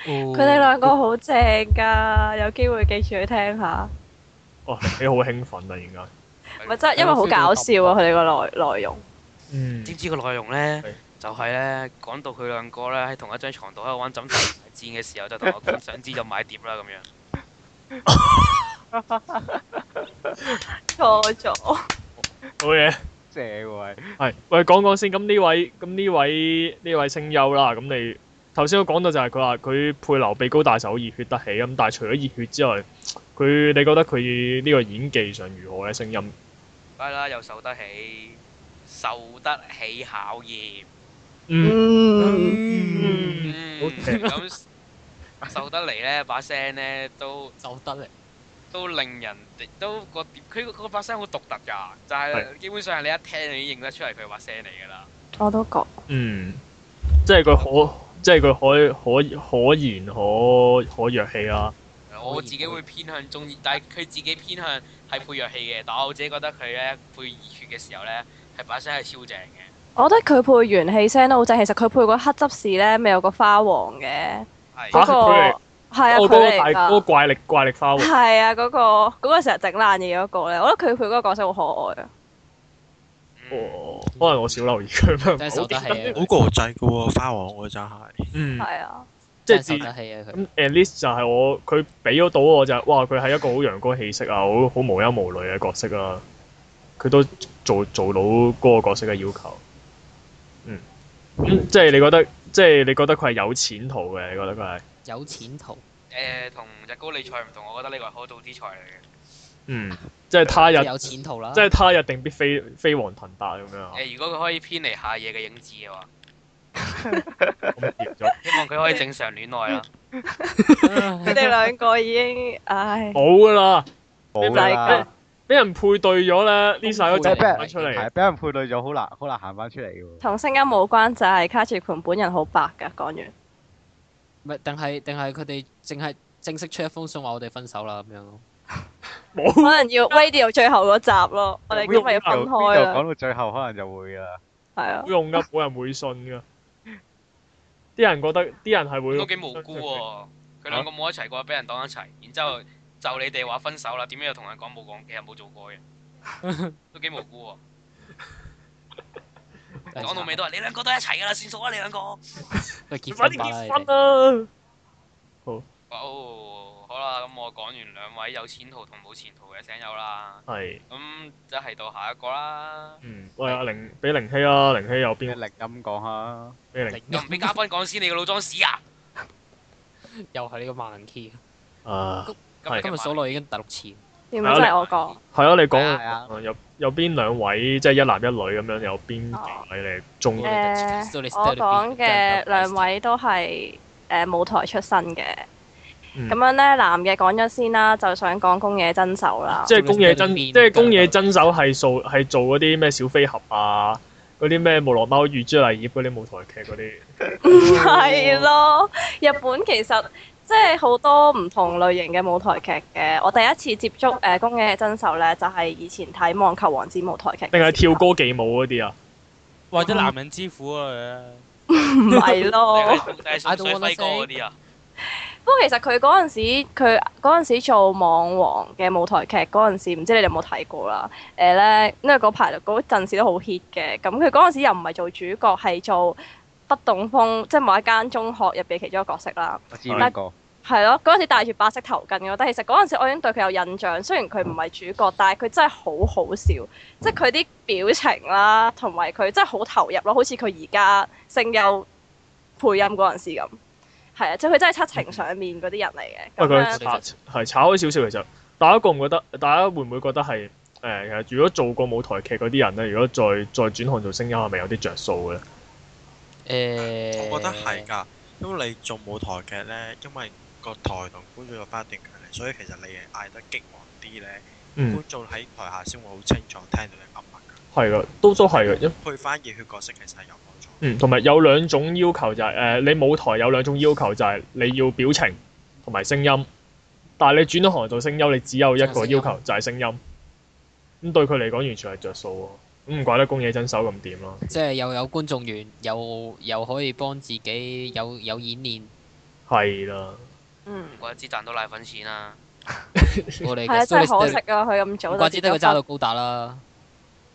[SPEAKER 9] 佢哋兩個好正㗎，有機會記住去聽下。
[SPEAKER 5] 哇！哦你好興奮啊，而家。
[SPEAKER 9] 唔係真係因為好搞笑啊！佢哋個內內容
[SPEAKER 5] 嗯
[SPEAKER 3] 知唔知個內容咧
[SPEAKER 5] 係？
[SPEAKER 3] 就係咧講到佢兩個咧喺同一張床度喺度玩枕頭大戰嘅時候，就同我講想知就買碟啦咁樣。
[SPEAKER 9] 錯咗，
[SPEAKER 5] 好嘢。
[SPEAKER 6] 正喎，
[SPEAKER 5] 係，喂，講講先。咁呢位，咁呢位，呢位聲優啦。咁你頭先我講到就係佢話佢配劉備高大手熱血得起咁，但係除咗熱血之外，佢你覺得佢呢個演技上如何咧？聲音
[SPEAKER 3] 梗係啦，又受得起，受得起考驗。
[SPEAKER 5] 嗯
[SPEAKER 1] 嗯，
[SPEAKER 3] 嗯，
[SPEAKER 5] 好正
[SPEAKER 3] 咁受得嚟咧，把聲咧都
[SPEAKER 1] 就得嚟。
[SPEAKER 3] 都令人哋都個佢個個把聲好獨特㗎，就係
[SPEAKER 5] 係
[SPEAKER 3] 基本上你一聽你已經認得出嚟佢把聲嚟㗎啦。
[SPEAKER 9] 我都覺
[SPEAKER 5] 嗯，即係佢可，即係佢可可可言可可啊弱氣啦。
[SPEAKER 3] 我自己會偏向中意，但係佢自己偏向係配弱氣嘅，但我自己覺得佢咧配熱血嘅時候咧，係把聲係超正嘅。
[SPEAKER 9] 我覺得佢配元氣聲都好正，其實佢配嗰黑執事咧，咪有個花王嘅
[SPEAKER 5] 嚇
[SPEAKER 9] 嗰
[SPEAKER 3] 係
[SPEAKER 9] 個，
[SPEAKER 5] 佢嚟
[SPEAKER 9] 係啊，
[SPEAKER 5] 哦，嗰
[SPEAKER 9] 佢
[SPEAKER 5] 個
[SPEAKER 9] 嚟
[SPEAKER 5] 大嗰個
[SPEAKER 9] 㗎，
[SPEAKER 5] 怪力怪力花王。
[SPEAKER 9] 係啊，嗰個嗰個成日整爛嘢嗰個咧，我覺得佢配嗰個角色好可愛啊，
[SPEAKER 3] 嗯
[SPEAKER 5] 哦，可能我少留意佢，
[SPEAKER 1] 真係
[SPEAKER 5] 好
[SPEAKER 1] 受得起啊！
[SPEAKER 8] 好國際嘅喎，花王我真係。
[SPEAKER 5] 嗯，
[SPEAKER 9] 係啊，
[SPEAKER 5] 即係
[SPEAKER 1] 真
[SPEAKER 5] 自
[SPEAKER 1] 係受得氣啊佢。
[SPEAKER 5] 咁 at least 就係我佢俾咗到我就係、哇佢係一個好陽光氣息啊，好好無憂無慮嘅角色啦、佢都做做到嗰個角色嘅要求。嗯，咁、即係你覺得，即係你覺得佢係有前途嘅？你覺得佢係
[SPEAKER 1] 有錢途，
[SPEAKER 3] 誒同日高理財唔同，我覺得呢個係可造之才嚟嘅。
[SPEAKER 5] 嗯，即係他
[SPEAKER 1] 即
[SPEAKER 5] 日
[SPEAKER 1] 係，有錢
[SPEAKER 6] 啊
[SPEAKER 1] 途啦。
[SPEAKER 5] 即係他日定必飛飛黃騰達咁樣啊
[SPEAKER 3] 誒、！如果佢可以偏離下野嘅影子嘅話，
[SPEAKER 5] 咁跌咗
[SPEAKER 3] 希望佢可以正常戀愛啦。啊
[SPEAKER 9] 佢哋兩個已經，唉，
[SPEAKER 5] 冇噶啦，
[SPEAKER 6] 冇
[SPEAKER 9] 大
[SPEAKER 6] 啦
[SPEAKER 9] 家，
[SPEAKER 5] 俾人配對咗咧，呢世都走唔
[SPEAKER 6] 即係 俾人
[SPEAKER 5] 返出嚟
[SPEAKER 6] 係。俾人配對咗，好難好難行翻出嚟嘅喎。
[SPEAKER 9] 同聲音冇關，就係卡住盤本人好白㗎。講完，
[SPEAKER 1] 唔係定係定係佢哋淨係正式出一封信話我哋分手啦咁樣咯。
[SPEAKER 9] 可能要 radio 最後嗰集咯。我哋今日要分開
[SPEAKER 6] 講
[SPEAKER 9] 啦，
[SPEAKER 6] 到最後可能就會㗎啦。
[SPEAKER 9] 係啊
[SPEAKER 5] 冇。用噶，冇人會信噶。啲人覺得，啲人係會
[SPEAKER 3] 都幾無辜喎、佢兩個冇一齊過，俾人當一齊，然之後就你哋話分手啦，點解又同人講冇講，其實冇做 過嘅，都幾無辜喎、講到尾都話你兩個都一齊㗎啦，算數啦，你兩個。
[SPEAKER 1] 喂結
[SPEAKER 5] 快
[SPEAKER 1] 婚
[SPEAKER 5] 啲
[SPEAKER 1] 吧啦
[SPEAKER 5] 結
[SPEAKER 1] 你哋
[SPEAKER 5] 婚啦！
[SPEAKER 3] 哦，好啦，咁我講完兩位有前途同冇前途嘅聲友啦，
[SPEAKER 5] 係，
[SPEAKER 3] 咁即係到下一個啦。
[SPEAKER 5] 嗯，喂阿玲，俾玲希啦，玲希有邊
[SPEAKER 6] 啲力音講下，
[SPEAKER 5] 俾玲？
[SPEAKER 3] 又唔俾嘉賓講先，你個老裝屎啊！
[SPEAKER 1] 又係呢個萬能 key。
[SPEAKER 5] 啊，係
[SPEAKER 1] 今日數落已經第六次。
[SPEAKER 9] 點解真係我講？
[SPEAKER 5] 係啊，你
[SPEAKER 6] 係啊
[SPEAKER 5] 講有有邊兩位即係一男一女咁樣，有邊幾位你中
[SPEAKER 1] 誒
[SPEAKER 5] 意？
[SPEAKER 9] 誒，我講嘅兩位都係誒、舞台出身嘅。
[SPEAKER 5] 嗯
[SPEAKER 9] 咁樣咧，男嘅講咗先啦，就想講宮野真守啦。
[SPEAKER 5] 即係宮野真，
[SPEAKER 1] 邊
[SPEAKER 5] 即係宮野真守係做係做嗰啲咩小飛俠啊，嗰啲咩無羅貓與朱麗葉嗰啲舞台劇嗰啲。
[SPEAKER 9] 係咯，日本其實即係好多唔同類型嘅舞台劇嘅。我第一次接觸誒宮野真守咧，就係、以前睇《網球王子》舞台劇嘅時候。
[SPEAKER 5] 定係跳歌技舞嗰啲啊？
[SPEAKER 7] 或者男人之苦啊！
[SPEAKER 9] 唔係咯。
[SPEAKER 3] 就係純粹輝哥嗰啲啊，
[SPEAKER 9] 不過其實佢嗰陣時，佢嗰陣時做網王嘅舞台劇嗰陣時，唔知你哋有冇睇過啦？誒、咧，因為嗰排嗰陣時都好 hit 嘅，咁佢嗰陣時又唔係做主角，係做不動風，即係某一間中學入邊其中一個角色啦。
[SPEAKER 6] 我知邊個？
[SPEAKER 9] 係咯，嗰陣時戴住白色頭巾嘅，但係其實嗰陣時我已經對佢有印象。雖然佢唔係主角，但係佢真係好好笑，即係佢啲表情啦，同埋佢真係好投入咯，好似佢而家聲優配音嗰陣時咁。係啊，即係佢真係七情上面嗰啲人嚟嘅。
[SPEAKER 5] 喂，
[SPEAKER 9] 咁樣
[SPEAKER 5] 佢炒係炒開少少，其實大家覺唔覺得？大家會唔會覺得係誒、呃其實如果做過舞台劇嗰啲人咧，如果再再轉行做聲優，係咪有啲着數嘅咧？
[SPEAKER 1] 誒，
[SPEAKER 8] 我覺得係㗎，因為你做舞台劇咧，因為個台同觀眾嘅不一定距離，所以其實你嗌得激昂啲咧，
[SPEAKER 5] 嗯
[SPEAKER 8] 觀，眾喺台下先會好清楚聽到你噏乜㗎。
[SPEAKER 5] 係噶，都都係嘅，因
[SPEAKER 8] 配翻熱血角色其實係有幫助。
[SPEAKER 5] 嗯，同埋有兩種要求就係、呃你舞台有兩種要求就係、你要表情同埋聲音，但係你轉咗行做聲優，你只有一個要求就係聲音，咁對佢嚟講完全係着數喎，咁唔怪得宮野真守咁掂咯。
[SPEAKER 1] 即係又有觀眾緣，又又可以幫自己有有演練。
[SPEAKER 5] 係啦，
[SPEAKER 9] 嗯，
[SPEAKER 7] Oh。
[SPEAKER 3] 我一知賺到奶粉錢啦。
[SPEAKER 1] 我哋
[SPEAKER 9] 係啊，
[SPEAKER 1] 嘅
[SPEAKER 9] 真係
[SPEAKER 1] Solid
[SPEAKER 9] 可惜啊！佢咁
[SPEAKER 1] State，唔
[SPEAKER 9] 早
[SPEAKER 1] 怪
[SPEAKER 9] 就
[SPEAKER 1] 之得佢
[SPEAKER 9] 結
[SPEAKER 1] 揸到
[SPEAKER 9] 咗
[SPEAKER 1] 高達啦。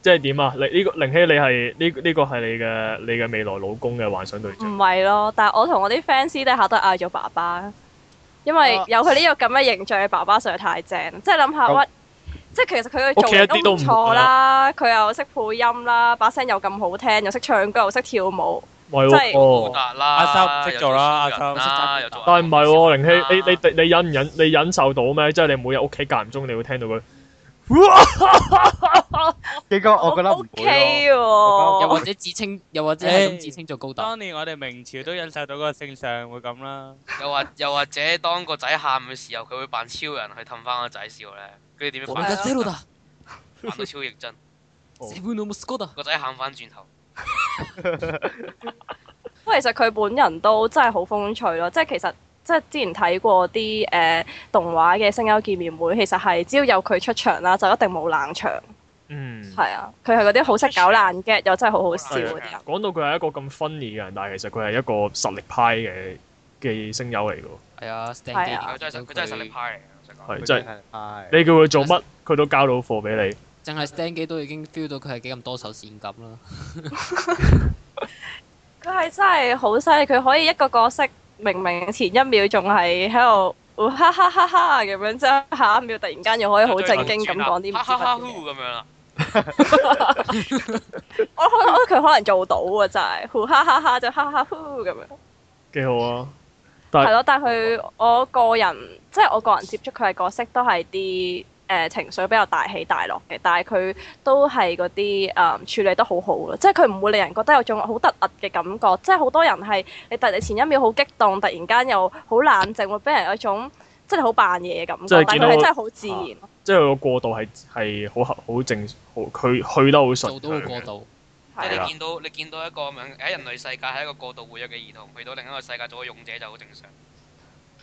[SPEAKER 5] 即係點啊？你呢、個玲希你係呢呢個係你嘅你嘅未來老公嘅幻想對象
[SPEAKER 9] 婚，唔。係咯。但係我同我啲 fans 私底下都嗌咗爸爸，因為
[SPEAKER 6] 啊
[SPEAKER 9] 有佢呢個咁嘅形象嘅爸爸實在太正。即係諗
[SPEAKER 5] 好
[SPEAKER 9] 下屈，即係其實佢嘅做人都唔
[SPEAKER 6] 啊
[SPEAKER 9] 錯啦，佢又識配音啦，把聲又咁好聽，又識唱歌，又識跳舞。
[SPEAKER 5] 唔係
[SPEAKER 9] 即係
[SPEAKER 5] 喎，
[SPEAKER 3] 高
[SPEAKER 5] 哦
[SPEAKER 3] 達啦，
[SPEAKER 7] 阿修唔識做啦
[SPEAKER 3] 又
[SPEAKER 7] 阿修唔識揸
[SPEAKER 3] 又做
[SPEAKER 5] 但係唔係喎，玲希，你你你你忍唔忍？你忍受到咩？即係你每日屋企間唔中，你會聽到佢，
[SPEAKER 6] 應該我覺得唔
[SPEAKER 9] O
[SPEAKER 6] 會咯
[SPEAKER 9] K
[SPEAKER 1] 又
[SPEAKER 9] 喎，
[SPEAKER 1] 或者自稱，又或者係
[SPEAKER 7] 誒
[SPEAKER 1] 咁自稱做高
[SPEAKER 3] 哦
[SPEAKER 1] 達。
[SPEAKER 7] 當年我哋明朝都忍受到嗰個聖上會咁啦，
[SPEAKER 3] 又或又或者當個仔喊嘅時候，佢會扮超人去氹翻個仔笑咧。佢點樣
[SPEAKER 1] 我
[SPEAKER 3] 扮
[SPEAKER 1] 而家
[SPEAKER 9] 係啊
[SPEAKER 1] ゼロだ，
[SPEAKER 3] 扮到超認真，哦
[SPEAKER 1] 自分の息子だ。
[SPEAKER 3] 個仔喊翻轉頭。
[SPEAKER 9] 不過其實佢本人都真係好風趣咯，即係其實即係之前睇過啲誒、呃、動畫嘅聲優見面會，其實係只要有佢出場啦，就一定冇冷場。
[SPEAKER 5] 嗯，
[SPEAKER 9] 係啊，佢係嗰啲好識搞
[SPEAKER 6] 啊
[SPEAKER 9] 爛 get 又真係好好笑嗰啲人。
[SPEAKER 5] 講到佢係一個咁 funny 嘅人，但係其實佢係一個實力派嘅嘅聲優嚟嘅喎。
[SPEAKER 1] 係啊，stand
[SPEAKER 9] 係啊
[SPEAKER 3] 佢真係佢真係實力派嚟嘅，我想講。
[SPEAKER 5] 係
[SPEAKER 6] 佢
[SPEAKER 5] 即
[SPEAKER 6] 真
[SPEAKER 5] 係
[SPEAKER 6] 係唉
[SPEAKER 5] 你叫佢做乜，佢都交到貨俾你。
[SPEAKER 1] 淨係 stand 機都已經 feel 到佢係幾咁多愁善感啦。
[SPEAKER 9] 佢係真係好犀利，佢可以一個角色明明前一秒仲係喺度呃哈哈哈哈咁樣，即係下一秒突然間又可以好正經咁講啲唔知
[SPEAKER 3] 哈哈
[SPEAKER 9] 乜
[SPEAKER 3] 呼
[SPEAKER 9] 嘢。
[SPEAKER 3] 咁樣啦。
[SPEAKER 9] 我可能我覺得佢可能做到啊，真係，呼哈哈哈就哈哈呼咁樣。
[SPEAKER 5] 幾好啊！但係
[SPEAKER 9] 係咯，但係佢我個人即係我個人接觸佢嘅角色都係啲誒情緒比較大起大落嘅，但係佢都係嗰啲呃誒處理得好好咯，即係佢唔會令人覺得有種好突兀嘅感覺，即係好多人係你突然前一秒好激動，突然間又好冷靜，會俾人有一種即係好扮嘢嘅感
[SPEAKER 5] 即
[SPEAKER 9] 覺
[SPEAKER 5] 係，
[SPEAKER 9] 但
[SPEAKER 5] 見
[SPEAKER 9] 係
[SPEAKER 5] 到
[SPEAKER 9] 佢係真係好自然。
[SPEAKER 5] 即係佢個過渡係係好合好正，好佢去得好順
[SPEAKER 1] 做到個
[SPEAKER 5] 暢
[SPEAKER 1] 過
[SPEAKER 5] 嘅。
[SPEAKER 1] 渡，
[SPEAKER 5] 啊
[SPEAKER 3] 即
[SPEAKER 9] 係
[SPEAKER 3] 係
[SPEAKER 9] 啦
[SPEAKER 3] 你見到你見到一個咁樣喺人類世界係一個過度活躍嘅兒童，去到另一個世界做個勇者就好正常。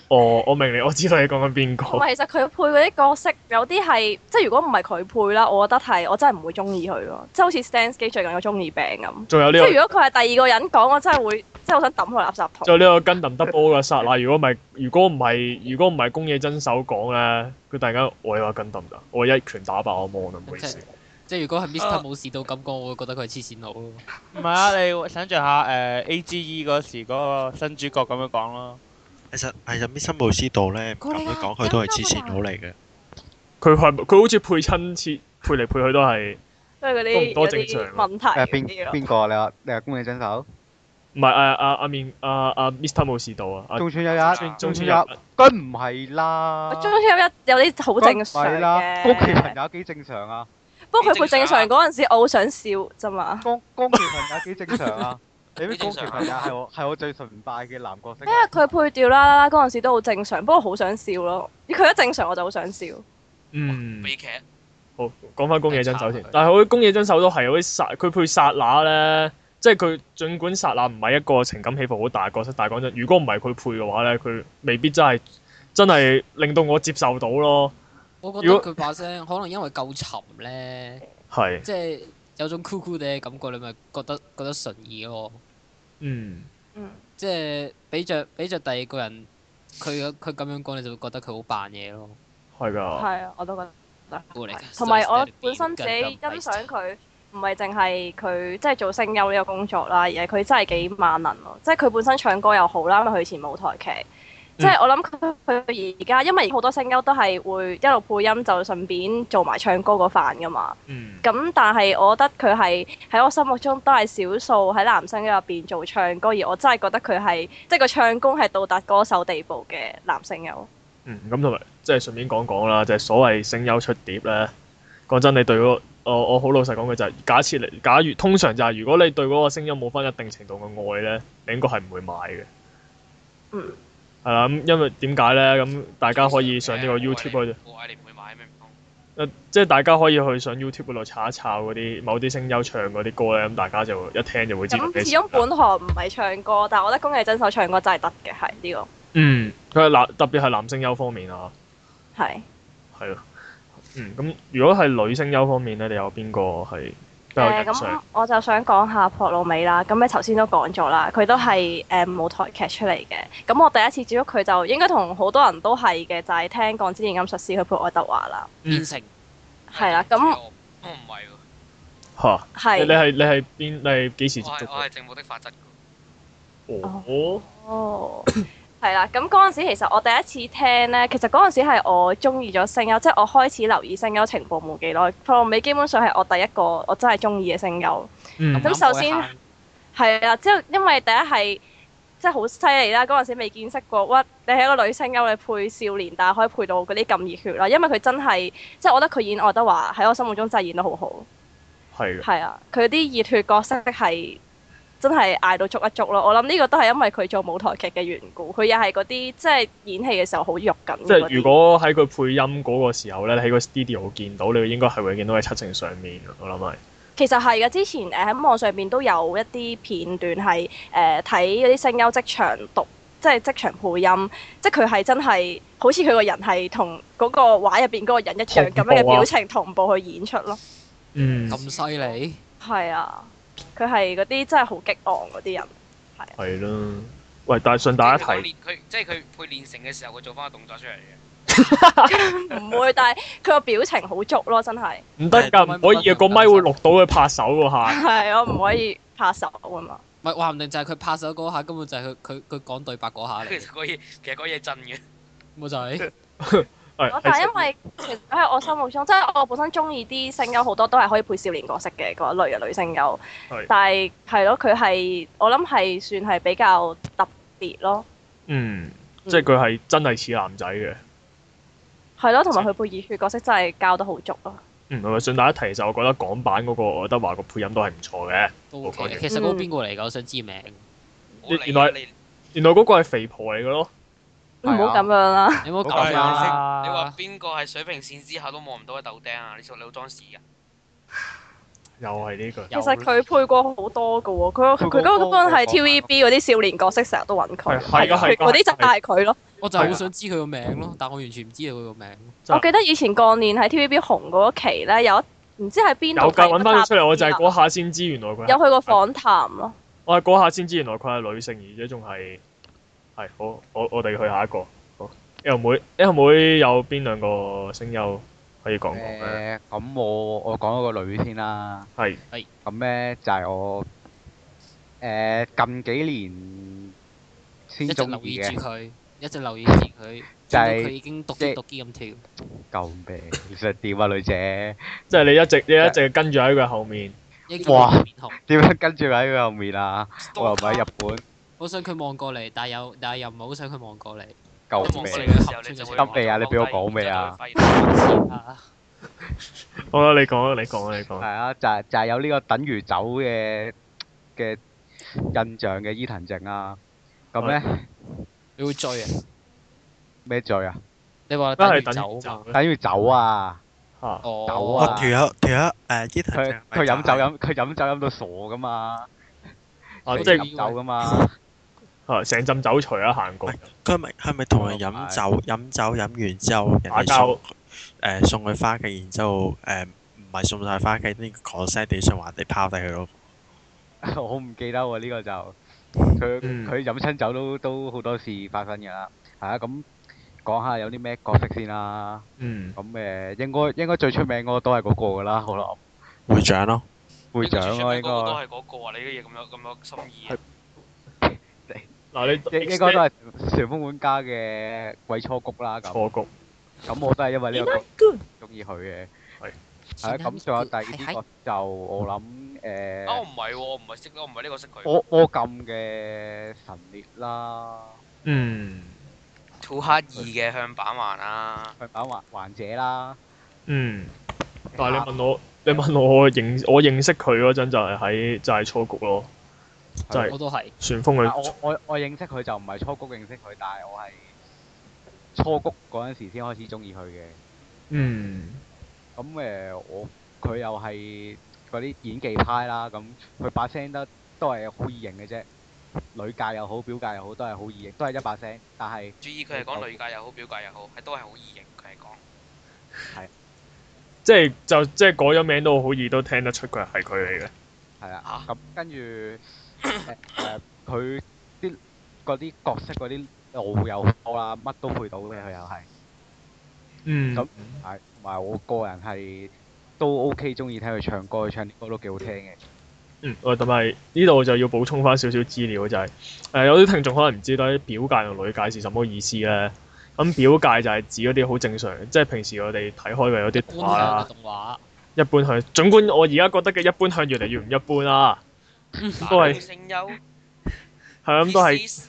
[SPEAKER 5] 哦，我明你，我知道你講緊邊
[SPEAKER 9] 同
[SPEAKER 5] 個。
[SPEAKER 9] 埋其實佢配嗰啲角色有啲係，即係如果唔係佢配啦，我覺得係我真係唔會中意佢咯，即係好似 Stansky 最近有中意病咁。
[SPEAKER 5] 仲有呢
[SPEAKER 9] 即
[SPEAKER 5] 個
[SPEAKER 9] 係，如果佢係第二個人講，我真係會，即係好想抌佢垃圾
[SPEAKER 5] 仲有
[SPEAKER 9] 桶。
[SPEAKER 5] 呢個 Gundam Double 嘅剎那。如果唔係，如果唔係，如果唔係宮野真守講咧，佢突然間我有個 Gundam 㗎，我一拳打爆我 mon 啊！唔好意思。
[SPEAKER 1] 即係如果係 Mr
[SPEAKER 7] 啊
[SPEAKER 1] 冇事到咁講，我會覺得佢係黐線佬咯。
[SPEAKER 7] 唔係啊，你想象下誒 A G E 嗰時嗰個新主角咁樣講咯，
[SPEAKER 8] 其實係入邊森姆斯道咧，咁樣講佢都係黐線佬嚟嘅。
[SPEAKER 5] 佢係佢好似配親切，配嚟配去都係
[SPEAKER 9] 即係嗰
[SPEAKER 5] 都唔
[SPEAKER 9] 啲
[SPEAKER 5] 多
[SPEAKER 9] 有
[SPEAKER 5] 正常啊
[SPEAKER 9] 啲問題
[SPEAKER 6] 誒
[SPEAKER 9] 嗰
[SPEAKER 6] 邊
[SPEAKER 9] 啲咯。
[SPEAKER 6] 邊個你話你話宮野真守、
[SPEAKER 5] 唔係啊啊啊面啊啊 Mr 冇事到啊啊
[SPEAKER 6] 中村一
[SPEAKER 3] 啊
[SPEAKER 6] 一、中
[SPEAKER 5] 中村
[SPEAKER 6] 村一，
[SPEAKER 5] 一
[SPEAKER 6] 佢唔係啦
[SPEAKER 9] 我，中村有一有啲好正常
[SPEAKER 6] 佢唔係哦啦，宮崎
[SPEAKER 9] 嘅
[SPEAKER 6] 勤，有幾正常啊？
[SPEAKER 9] 不過佢配正常嗰陣時，我好想笑啫嘛。
[SPEAKER 6] 宮宮崎勤有幾正常 啊？你
[SPEAKER 3] 幾
[SPEAKER 6] biết
[SPEAKER 3] 正
[SPEAKER 6] 宮
[SPEAKER 3] 常
[SPEAKER 6] 崎
[SPEAKER 3] 啊
[SPEAKER 6] 勤也係我係我最崇拜嘅男角色
[SPEAKER 9] 因為
[SPEAKER 6] 嚟。
[SPEAKER 9] 佢配掉啦啦啦嗰陣時都好正常，不過好想笑咯。佢一正常我就好想笑。
[SPEAKER 5] 嗯。
[SPEAKER 3] 悲劇
[SPEAKER 5] 好，講翻宮野真守先。但係我覺得宮野真守都係有啲剎，佢配剎那咧，即係佢儘管剎那唔係一個情感起伏好大嘅角色，但係講真，如果唔係佢配嘅話咧，佢未必真係真係令到我接受到咯。
[SPEAKER 1] 我覺得
[SPEAKER 5] 如果
[SPEAKER 1] 佢把聲可能因為夠沉咧，
[SPEAKER 5] 係，
[SPEAKER 1] 即係有種酷酷哋嘅感覺，你咪覺得覺得順耳咯。
[SPEAKER 5] 嗯，
[SPEAKER 9] 嗯，
[SPEAKER 1] 即係俾着俾着第二個人，佢佢咁樣講，你就會覺得佢好扮嘢咯。哦
[SPEAKER 5] 係㗎。
[SPEAKER 9] 係啊，我都覺得。
[SPEAKER 1] 過嚟
[SPEAKER 9] 同埋我本身自己欣賞佢，唔係淨係佢即係做聲優呢個工作啦，而係佢真係幾萬能咯。即係佢本身唱歌又好啦，因為佢以前舞台劇。即係我諗佢佢而家，因為好多聲優都係會一路配音，就順便做埋唱歌嗰範噶嘛。
[SPEAKER 5] 嗯。
[SPEAKER 9] 咁但係我覺得佢係喺我心目中都係少數喺男聲優入邊做唱歌，而我真係覺得佢係即係個唱功係到達歌手地步嘅男聲優。
[SPEAKER 5] 嗯，咁同埋即係順便講講啦，就係、所謂聲優出碟咧。講真，你對嗰、我我好老實講句就係、假設你假如通常就係如果你對嗰個聲優冇翻一定程度嘅愛咧，你應該係唔會買嘅。
[SPEAKER 9] 嗯。
[SPEAKER 5] 係啦，咁因為點解咧？咁大家可以上呢個 YouTube 嗰度，
[SPEAKER 3] 我嗌你唔會買咩唔通？
[SPEAKER 5] 呃即係大家可以去上 YouTube 嗰度查一查嗰啲某啲聲優唱嗰啲歌咧，咁大家就一聽就會知道咩
[SPEAKER 9] 咁
[SPEAKER 5] 事
[SPEAKER 9] 始終本行唔係唱歌，但係我覺得宮崎真守唱歌真係得嘅，係呢、
[SPEAKER 5] 嗯，佢係男特別係男聲優方面啊，
[SPEAKER 9] 個係
[SPEAKER 5] 係咯。嗯，咁如果係女聲優方面咧，你有邊個係比較
[SPEAKER 9] 誒
[SPEAKER 5] 欣
[SPEAKER 9] 咁、
[SPEAKER 5] 賞？
[SPEAKER 9] 我就想講下朴露美啦。咁你頭先都講咗啦，佢都係誒、舞台劇出嚟嘅。咁我第一次接觸佢就應該同好多人都係嘅，就係、聽《鋼之煉金術師》佢配愛德華啦。
[SPEAKER 1] 變成
[SPEAKER 5] 嗯
[SPEAKER 9] 係啦，咁
[SPEAKER 3] 我我唔係喎，
[SPEAKER 5] 嚇！你你
[SPEAKER 9] 係
[SPEAKER 5] 係你係邊？你係幾時接
[SPEAKER 3] 我
[SPEAKER 5] 觸
[SPEAKER 3] 係我係
[SPEAKER 5] 到？
[SPEAKER 3] 正務的法則㗎。
[SPEAKER 5] 哦，
[SPEAKER 9] 哦。係啦，咁嗰陣時其實我第一次聽咧，其實嗰陣時係我中意咗聲優，即係我開始留意聲優情報冇幾耐，朴露美基本上係我第一個我真係中意嘅聲優。
[SPEAKER 5] 嗯
[SPEAKER 9] 咁首先
[SPEAKER 1] 啱我一下
[SPEAKER 9] 係啊，之後因為第一係即係好犀利啦，嗰陣時未見識過，哇！你係一個女星優，你配少年，但係可以配到嗰啲咁熱血啦，因為佢真係即係我覺得佢演愛德華喺我心目中真係演得好好，
[SPEAKER 5] 係嘅，
[SPEAKER 9] 係啊，佢啲熱血角色係真係嗌到捉一捉咯。我諗呢個都係因為佢做舞台劇嘅緣故，佢又係嗰啲即係演戲嘅時候好肉緊嘅嗰啲。
[SPEAKER 5] 即係如果喺佢配音嗰個時候咧，你喺個 studio 見到，你應該係會見到喺七情上面，我諗係。
[SPEAKER 9] 其實係嘅，之前誒喺網上邊都有一啲片段係誒睇嗰啲聲優職場讀，即係職場配音，即係佢係真係好似佢個人係同嗰個畫入邊嗰個人一樣咁
[SPEAKER 5] 同
[SPEAKER 9] 樣
[SPEAKER 5] 步啊
[SPEAKER 9] 嘅表情同步去演出咯。
[SPEAKER 5] 嗯，
[SPEAKER 1] 咁犀利，
[SPEAKER 9] 係啊，佢係嗰啲真係好激昂嗰啲人。
[SPEAKER 5] 係啦。喂，但係順帶一
[SPEAKER 3] 即係佢講練
[SPEAKER 5] 提，
[SPEAKER 3] 佢即係佢配練成嘅時候，佢做翻個動作出嚟嘅。
[SPEAKER 9] 唔會，但係佢個表情好足咯，真係。
[SPEAKER 5] 唔得㗎，唔可以啊！個咪會錄到佢拍手嗰下。
[SPEAKER 9] 係我唔可以拍手啊嘛。
[SPEAKER 1] 唔係話唔定就係佢拍手嗰下，根本就係佢佢佢講對白嗰下
[SPEAKER 3] 其
[SPEAKER 1] 嚟
[SPEAKER 3] 實，嗰嘢其實嗰嘢真嘅，
[SPEAKER 1] 冇就係
[SPEAKER 5] 係
[SPEAKER 9] 咯
[SPEAKER 5] 係
[SPEAKER 9] 但係因為其實喺我心目中，即係我本身中意啲聲優好多都係可以配少年角色嘅嗰一類嘅女聲優
[SPEAKER 5] 係，
[SPEAKER 9] 但係係咯，佢係我諗係算係比較特別咯，
[SPEAKER 5] 嗯，即係佢係真係似男仔嘅。
[SPEAKER 9] 係咯，同埋佢配熱血角色真係教得好足咯。
[SPEAKER 5] 嗯，係咪順帶一提就我覺得港版嗰個德華個配音都係唔錯嘅。
[SPEAKER 1] 都
[SPEAKER 5] 冇
[SPEAKER 1] OK
[SPEAKER 5] 講
[SPEAKER 1] 嘅。
[SPEAKER 5] 完
[SPEAKER 1] 其實嗰個邊個嚟㗎？我想知名。
[SPEAKER 3] 好理
[SPEAKER 5] 原來
[SPEAKER 3] 你
[SPEAKER 5] 原來嗰個係肥婆嚟嘅咯。啊
[SPEAKER 9] 唔好咁樣啦，
[SPEAKER 1] 你唔好
[SPEAKER 7] 好
[SPEAKER 1] 咁
[SPEAKER 7] 鬼啊
[SPEAKER 1] 啦。
[SPEAKER 3] 你話邊個係水平線之下都望唔到嘅豆釘啊？你做你老裝屎啊？
[SPEAKER 5] 又係呢句。
[SPEAKER 9] 其實佢配過好多噶喎，佢佢嗰個係 TVB 嗰啲少年角色，成日都揾佢，
[SPEAKER 5] 啊係係啊係啊
[SPEAKER 9] 佢嗰啲就係佢咯。
[SPEAKER 1] 我就好想知佢個名
[SPEAKER 6] 嗯
[SPEAKER 1] 咯，但我完全唔知道佢個名。
[SPEAKER 5] 真係啊
[SPEAKER 9] 我記得以前過年喺 TVB 紅嗰期咧，有一唔知喺邊度
[SPEAKER 5] 有㗎，揾翻佢出嚟，我就係
[SPEAKER 9] 係
[SPEAKER 5] 嗰下先知原來佢係。
[SPEAKER 9] 有去過訪談咯。
[SPEAKER 5] 我係嗰下先知原來佢係女性，而且仲係係好。我我哋去下一個。好，L 妹，L 妹有邊兩個聲優可以講講咧？
[SPEAKER 6] 誒，咁我我講一個女先啦。
[SPEAKER 5] 係
[SPEAKER 6] 咁咧就係我誒近幾年
[SPEAKER 1] 一
[SPEAKER 6] 先
[SPEAKER 1] 直
[SPEAKER 6] 中
[SPEAKER 1] 留
[SPEAKER 6] 意
[SPEAKER 1] 意
[SPEAKER 6] 嘅
[SPEAKER 1] 住。佢，一直留意住佢，
[SPEAKER 6] 就
[SPEAKER 1] 見到
[SPEAKER 6] 係
[SPEAKER 1] 佢已經獨
[SPEAKER 6] 即係
[SPEAKER 1] 啲獨啲咁跳。
[SPEAKER 6] 救命！你想點啊，女姐？
[SPEAKER 5] 即係你一直你一直跟住喺佢後面。
[SPEAKER 1] 一見到佢面紅，
[SPEAKER 6] 點樣跟住喺佢後面啊？我又唔喺日本，
[SPEAKER 1] 好想佢望過嚟，但係又但係又唔係好想佢望過嚟。
[SPEAKER 3] 望
[SPEAKER 6] 救
[SPEAKER 3] 過
[SPEAKER 6] 命！
[SPEAKER 3] 嚟嘅時候，你就會
[SPEAKER 6] 得未啊你俾我講未啊
[SPEAKER 3] 望低然之後就會發現
[SPEAKER 1] 啊
[SPEAKER 5] 好啦，你講啦，你講啦，你講
[SPEAKER 6] 係
[SPEAKER 5] 啦。
[SPEAKER 6] 啊，就係就係有呢個等如酒嘅嘅印象嘅伊藤靜啊。咁咧
[SPEAKER 1] 你會追啊？
[SPEAKER 6] 咩罪啊？
[SPEAKER 1] 你話
[SPEAKER 5] 都
[SPEAKER 1] 等
[SPEAKER 5] 係
[SPEAKER 1] 於
[SPEAKER 5] 等
[SPEAKER 1] 走嘛？
[SPEAKER 5] 酒
[SPEAKER 6] 等如酒啊！
[SPEAKER 5] 嚇。
[SPEAKER 1] 哦，
[SPEAKER 6] 走
[SPEAKER 8] 哇！
[SPEAKER 6] 啊
[SPEAKER 8] 條友條友誒，伊藤
[SPEAKER 6] 佢
[SPEAKER 8] 靜
[SPEAKER 6] 佢飲酒飲佢飲酒飲到傻噶嘛，
[SPEAKER 5] 啊，
[SPEAKER 1] 佢
[SPEAKER 5] 即係
[SPEAKER 6] 飲酒噶嘛。
[SPEAKER 5] 啊成浸酒除啦，行過
[SPEAKER 8] 喂佢係咪佢係咪同人飲酒飲酒飲完之後，人
[SPEAKER 5] 打
[SPEAKER 8] 哋
[SPEAKER 5] 交
[SPEAKER 8] 送。誒送佢花嘅，然之後誒唔係送晒花嘅，呢個 consent 地上話你拋低佢咯。
[SPEAKER 6] 我唔記得喎，呢、個就佢
[SPEAKER 5] 嗯
[SPEAKER 6] 佢飲親酒都都好多事發生㗎啦。係啊，咁講下有啲咩角色先啦。
[SPEAKER 5] 嗯，
[SPEAKER 6] 咁誒、應該應該最出名嗰個都係嗰個㗎啦，可能
[SPEAKER 8] 會長咯，
[SPEAKER 6] 會長咯、應
[SPEAKER 3] 你個都
[SPEAKER 6] 該
[SPEAKER 3] 係嗰個啊！你啲嘢咁有咁有心意啊！
[SPEAKER 5] 嗱你
[SPEAKER 6] 應應該都係旋風管家嘅鬼初谷啦。咁
[SPEAKER 5] 錯局。
[SPEAKER 6] 咁我都係因為呢個角中意佢嘅。
[SPEAKER 5] 係
[SPEAKER 6] 係啊，咁仲有第二
[SPEAKER 1] 係
[SPEAKER 6] 啲
[SPEAKER 1] 係
[SPEAKER 6] 角就我諗誒、
[SPEAKER 3] 啊，我唔係喎，我唔係識，我唔係呢個識佢。
[SPEAKER 6] 柯柯禁嘅神烈啦，
[SPEAKER 5] 嗯
[SPEAKER 3] Two 黑二嘅向板環啊，
[SPEAKER 6] 佢版患患者啦。
[SPEAKER 5] 嗯，但係你問我， 你問我我認我認識佢嗰陣就係喺就係錯局咯，就係
[SPEAKER 1] 我都係。
[SPEAKER 5] 旋風
[SPEAKER 6] 啊
[SPEAKER 5] 佢
[SPEAKER 6] 我我我認識佢就唔係初谷認識佢，但係我係初谷嗰陣時先開始中意佢嘅。
[SPEAKER 5] 嗯
[SPEAKER 6] 咁誒、呃我佢又係嗰啲演技派啦，咁佢把聲得都係好易認嘅啫。女界又好，表界又好，都係好易認，都係一把聲。但係
[SPEAKER 3] 注意佢係講女界又好，表界又好，係都係好易型。佢係講
[SPEAKER 5] 即係就即係改咗名都好易都聽得出佢係佢嚟嘅。
[SPEAKER 6] 係啦
[SPEAKER 3] 啊，
[SPEAKER 6] 咁跟住誒誒，佢啲嗰啲角色嗰啲路又好多啦，乜都配到嘅，佢又係。
[SPEAKER 5] 嗯，
[SPEAKER 6] 咁係，同埋我個人係都 OK 中意聽佢唱歌，佢唱啲歌都幾好聽嘅。
[SPEAKER 5] 嗯，我同埋呢度就要補充翻少少資料，就係、誒有啲聽眾可能唔知道啲表界同女界是什麼意思咧。咁表界就係指嗰啲好正常，即係平時我哋睇開嘅嗰啲動
[SPEAKER 1] 觀
[SPEAKER 5] 畫
[SPEAKER 1] 賞嘅
[SPEAKER 5] 啦，
[SPEAKER 1] 動畫，
[SPEAKER 5] 一般向。儘管我而家覺得嘅一般向越嚟越唔一般啦，都係
[SPEAKER 3] 男聲優，
[SPEAKER 5] 係咁都係。
[SPEAKER 3] This is-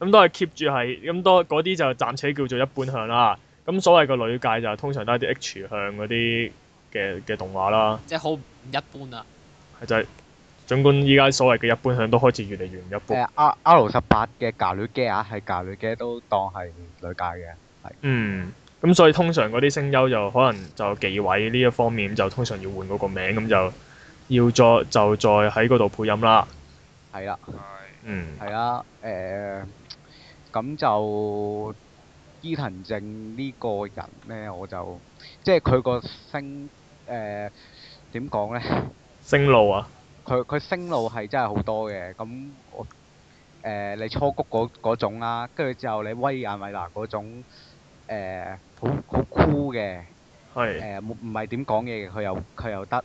[SPEAKER 5] 咁都係 keep 住係，咁多嗰啲就暫且叫做一般向啦。咁所謂個女界就通常都係啲 H 向嗰啲嘅嘅動畫啦，
[SPEAKER 1] 即係好唔一般啊！
[SPEAKER 5] 係就係、儘管依家所謂嘅一般向都開始越嚟越唔一般。
[SPEAKER 6] 誒 R R 十八嘅咖女 g 啊，係咖女 g 都當係女界嘅。
[SPEAKER 5] 嗯，咁所以通常嗰啲聲優就可能就忌諱呢一方面，就通常要換嗰個名，咁就要再就再喺嗰度配音啦。
[SPEAKER 6] 係啦，
[SPEAKER 3] 係
[SPEAKER 5] 嗯，
[SPEAKER 6] 係啦，誒、咁就伊藤靜呢個人咧，我就即係佢個聲誒點講咧？
[SPEAKER 5] 聲路啊，
[SPEAKER 6] 佢佢升路係真係好多嘅，咁我誒、你初谷嗰嗰種啦，跟住之後你威亞米娜嗰種、呃、好好酷嘅，
[SPEAKER 5] 係
[SPEAKER 6] 誒冇唔係點講嘢嘅，佢又佢又得，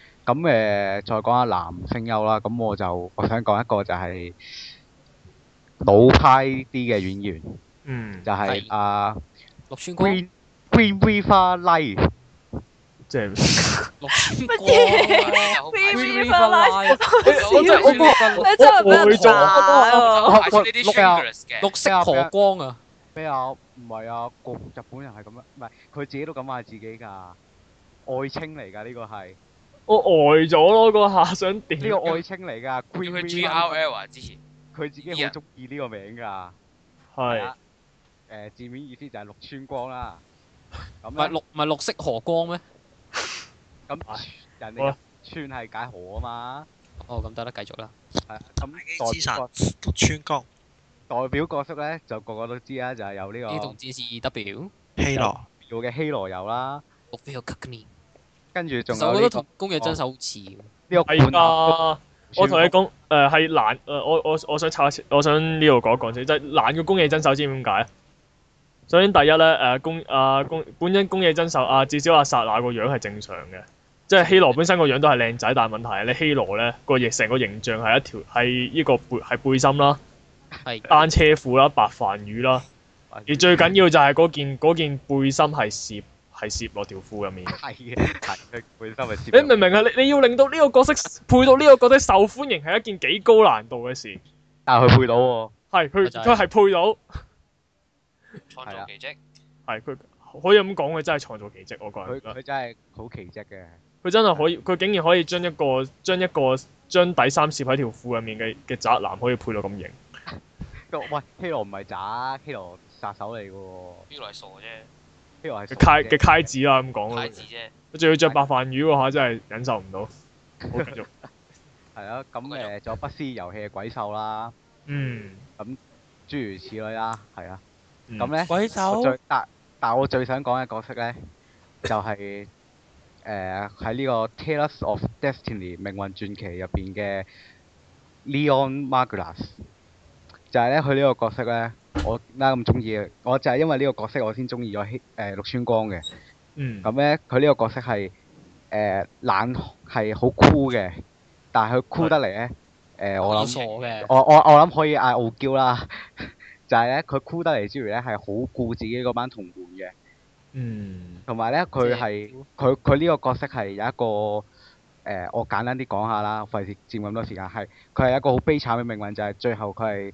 [SPEAKER 6] 咁誒、呃再講下男聲優啦，咁我就我想講一個就係老派啲嘅演員，
[SPEAKER 5] 嗯，
[SPEAKER 6] 就
[SPEAKER 1] 係
[SPEAKER 6] 係、啊
[SPEAKER 1] 陸川光，
[SPEAKER 6] Green Green River l i
[SPEAKER 5] 即係
[SPEAKER 1] 陸川
[SPEAKER 9] 乜
[SPEAKER 1] 光，啊
[SPEAKER 3] 哇真係
[SPEAKER 9] 嘢
[SPEAKER 3] 好排
[SPEAKER 9] Green
[SPEAKER 3] 斥
[SPEAKER 9] River
[SPEAKER 5] 我真係我
[SPEAKER 9] 你真係
[SPEAKER 5] 我
[SPEAKER 9] 俾
[SPEAKER 5] 會
[SPEAKER 9] 人
[SPEAKER 5] 做
[SPEAKER 9] 打喎！
[SPEAKER 3] 排斥呢啲
[SPEAKER 6] 六啊
[SPEAKER 3] strangers 嘅。
[SPEAKER 1] 綠色河光啊！
[SPEAKER 6] 咩啊？唔係啊，個日本人係咁樣，唔係佢自己都咁嗌自己㗎，愛稱嚟㗎呢個係呢、
[SPEAKER 5] 我呆咗咯，嗰下 想點？
[SPEAKER 6] 個愛稱嚟㗎
[SPEAKER 3] 叫
[SPEAKER 6] ，Green
[SPEAKER 3] 佢 G R
[SPEAKER 6] River，
[SPEAKER 3] L 啊，之前
[SPEAKER 6] 佢自己好中意呢個名㗎。啊
[SPEAKER 5] 係
[SPEAKER 6] 誒、字面意思就係綠川光啦。
[SPEAKER 1] 唔
[SPEAKER 6] 咁
[SPEAKER 1] 係
[SPEAKER 6] 咧，
[SPEAKER 1] 綠唔係綠色河光咩？
[SPEAKER 6] 咁人
[SPEAKER 5] 好
[SPEAKER 6] 哋
[SPEAKER 5] 啦
[SPEAKER 6] 川係解河啊嘛，
[SPEAKER 1] 哦，咁得啦，繼續啦。
[SPEAKER 6] 係啊咁
[SPEAKER 8] 基之
[SPEAKER 6] 代表
[SPEAKER 8] 川江、
[SPEAKER 6] 代表角色咧就個個都知啦，就係、有呢
[SPEAKER 1] 機動
[SPEAKER 6] 個
[SPEAKER 1] 戰士 W，
[SPEAKER 8] 希羅、
[SPEAKER 6] 妙嘅希羅油啦，
[SPEAKER 1] 目標 c u c
[SPEAKER 6] 跟住
[SPEAKER 1] 其
[SPEAKER 6] 仲
[SPEAKER 1] 實我
[SPEAKER 6] 有
[SPEAKER 1] 覺得
[SPEAKER 6] 呢、個
[SPEAKER 1] 同工嘅真手好似喎。
[SPEAKER 6] 呢個
[SPEAKER 5] 係
[SPEAKER 6] 罐頭
[SPEAKER 5] 㗎。我同你講，誒、係懶誒、呃我我我想插一次，我想呢度講一講先，即係懶嘅宮野真守知唔知點解啊？首先第一咧，誒宮啊宮本身宮野真守啊，至少阿薩那個樣係正常嘅，即係希羅本身個樣都係靚仔，但係問題係咧希羅咧個形成個形象係一條係呢個背係背心啦、
[SPEAKER 1] 係啊
[SPEAKER 5] 單車褲啦、白飯魚啦，
[SPEAKER 6] Ờ,
[SPEAKER 5] 而最緊要就係嗰件嗰件背心係攝係攝落條褲入面。
[SPEAKER 6] 係嘅，係佢本身咪
[SPEAKER 5] 你
[SPEAKER 6] 接
[SPEAKER 5] 明唔明啊？你你要令到呢個角色配到呢個角色受歡迎係一件幾高難度嘅事。
[SPEAKER 6] 但係佢配到喎，
[SPEAKER 5] 係佢
[SPEAKER 1] 咪就係
[SPEAKER 5] 佢係配到，
[SPEAKER 3] 創造
[SPEAKER 6] 係啊
[SPEAKER 3] 奇蹟，
[SPEAKER 5] 係佢可以咁講，佢真係創造奇蹟。我個
[SPEAKER 6] 佢
[SPEAKER 5] 人覺得，
[SPEAKER 6] 佢真係啊好奇蹟嘅，
[SPEAKER 5] 佢真係可以，佢竟然可以將一個將一個將底衫攝喺條褲入面嘅嘅宅男可以配到咁型。
[SPEAKER 6] 喂希羅唔係渣，希羅殺手嚟嘅喎，
[SPEAKER 3] 呢個係傻啫，
[SPEAKER 6] 希羅係
[SPEAKER 5] 嘅
[SPEAKER 6] 傻
[SPEAKER 5] 揩嘅
[SPEAKER 6] 啫
[SPEAKER 5] 揩子啦咁
[SPEAKER 3] 太
[SPEAKER 5] 講，
[SPEAKER 3] 子啫。
[SPEAKER 5] 仲要着白飯魚嗰下真係忍受唔到。好繼續，
[SPEAKER 6] 係啊，咁
[SPEAKER 3] 繼續
[SPEAKER 6] 誒仲有不思遊戲嘅鬼獸啦，
[SPEAKER 5] 嗯，
[SPEAKER 6] 諸如此類啦，係啊，
[SPEAKER 5] 嗯
[SPEAKER 6] 咁咧。
[SPEAKER 7] 鬼
[SPEAKER 6] 我
[SPEAKER 7] 手
[SPEAKER 6] 最但但我最想講嘅角色咧，就係誒喺呢個《Tales of Destiny》命運傳奇入邊嘅 Leon Margulas，就係咧佢呢個角色咧，我點解咁中意？我就係因為呢個角色我先中意咗希誒陸川光嘅。
[SPEAKER 5] 嗯，
[SPEAKER 6] 咁咧佢呢個角色係誒、冷係好酷嘅，但係佢酷得嚟咧誒我
[SPEAKER 1] 好
[SPEAKER 6] 諗。
[SPEAKER 1] 傻嘅，
[SPEAKER 6] 我我我諗可以嗌傲嬌啦， 就係咧佢酷得嚟之餘咧係好顧自己嗰班同伴嘅，
[SPEAKER 5] 嗯，
[SPEAKER 6] 同埋咧佢係佢佢呢個角色係有一個誒、呃我簡單啲講下啦，費事佔咁多時間。係佢係一個好悲慘嘅命運，就係、最後佢係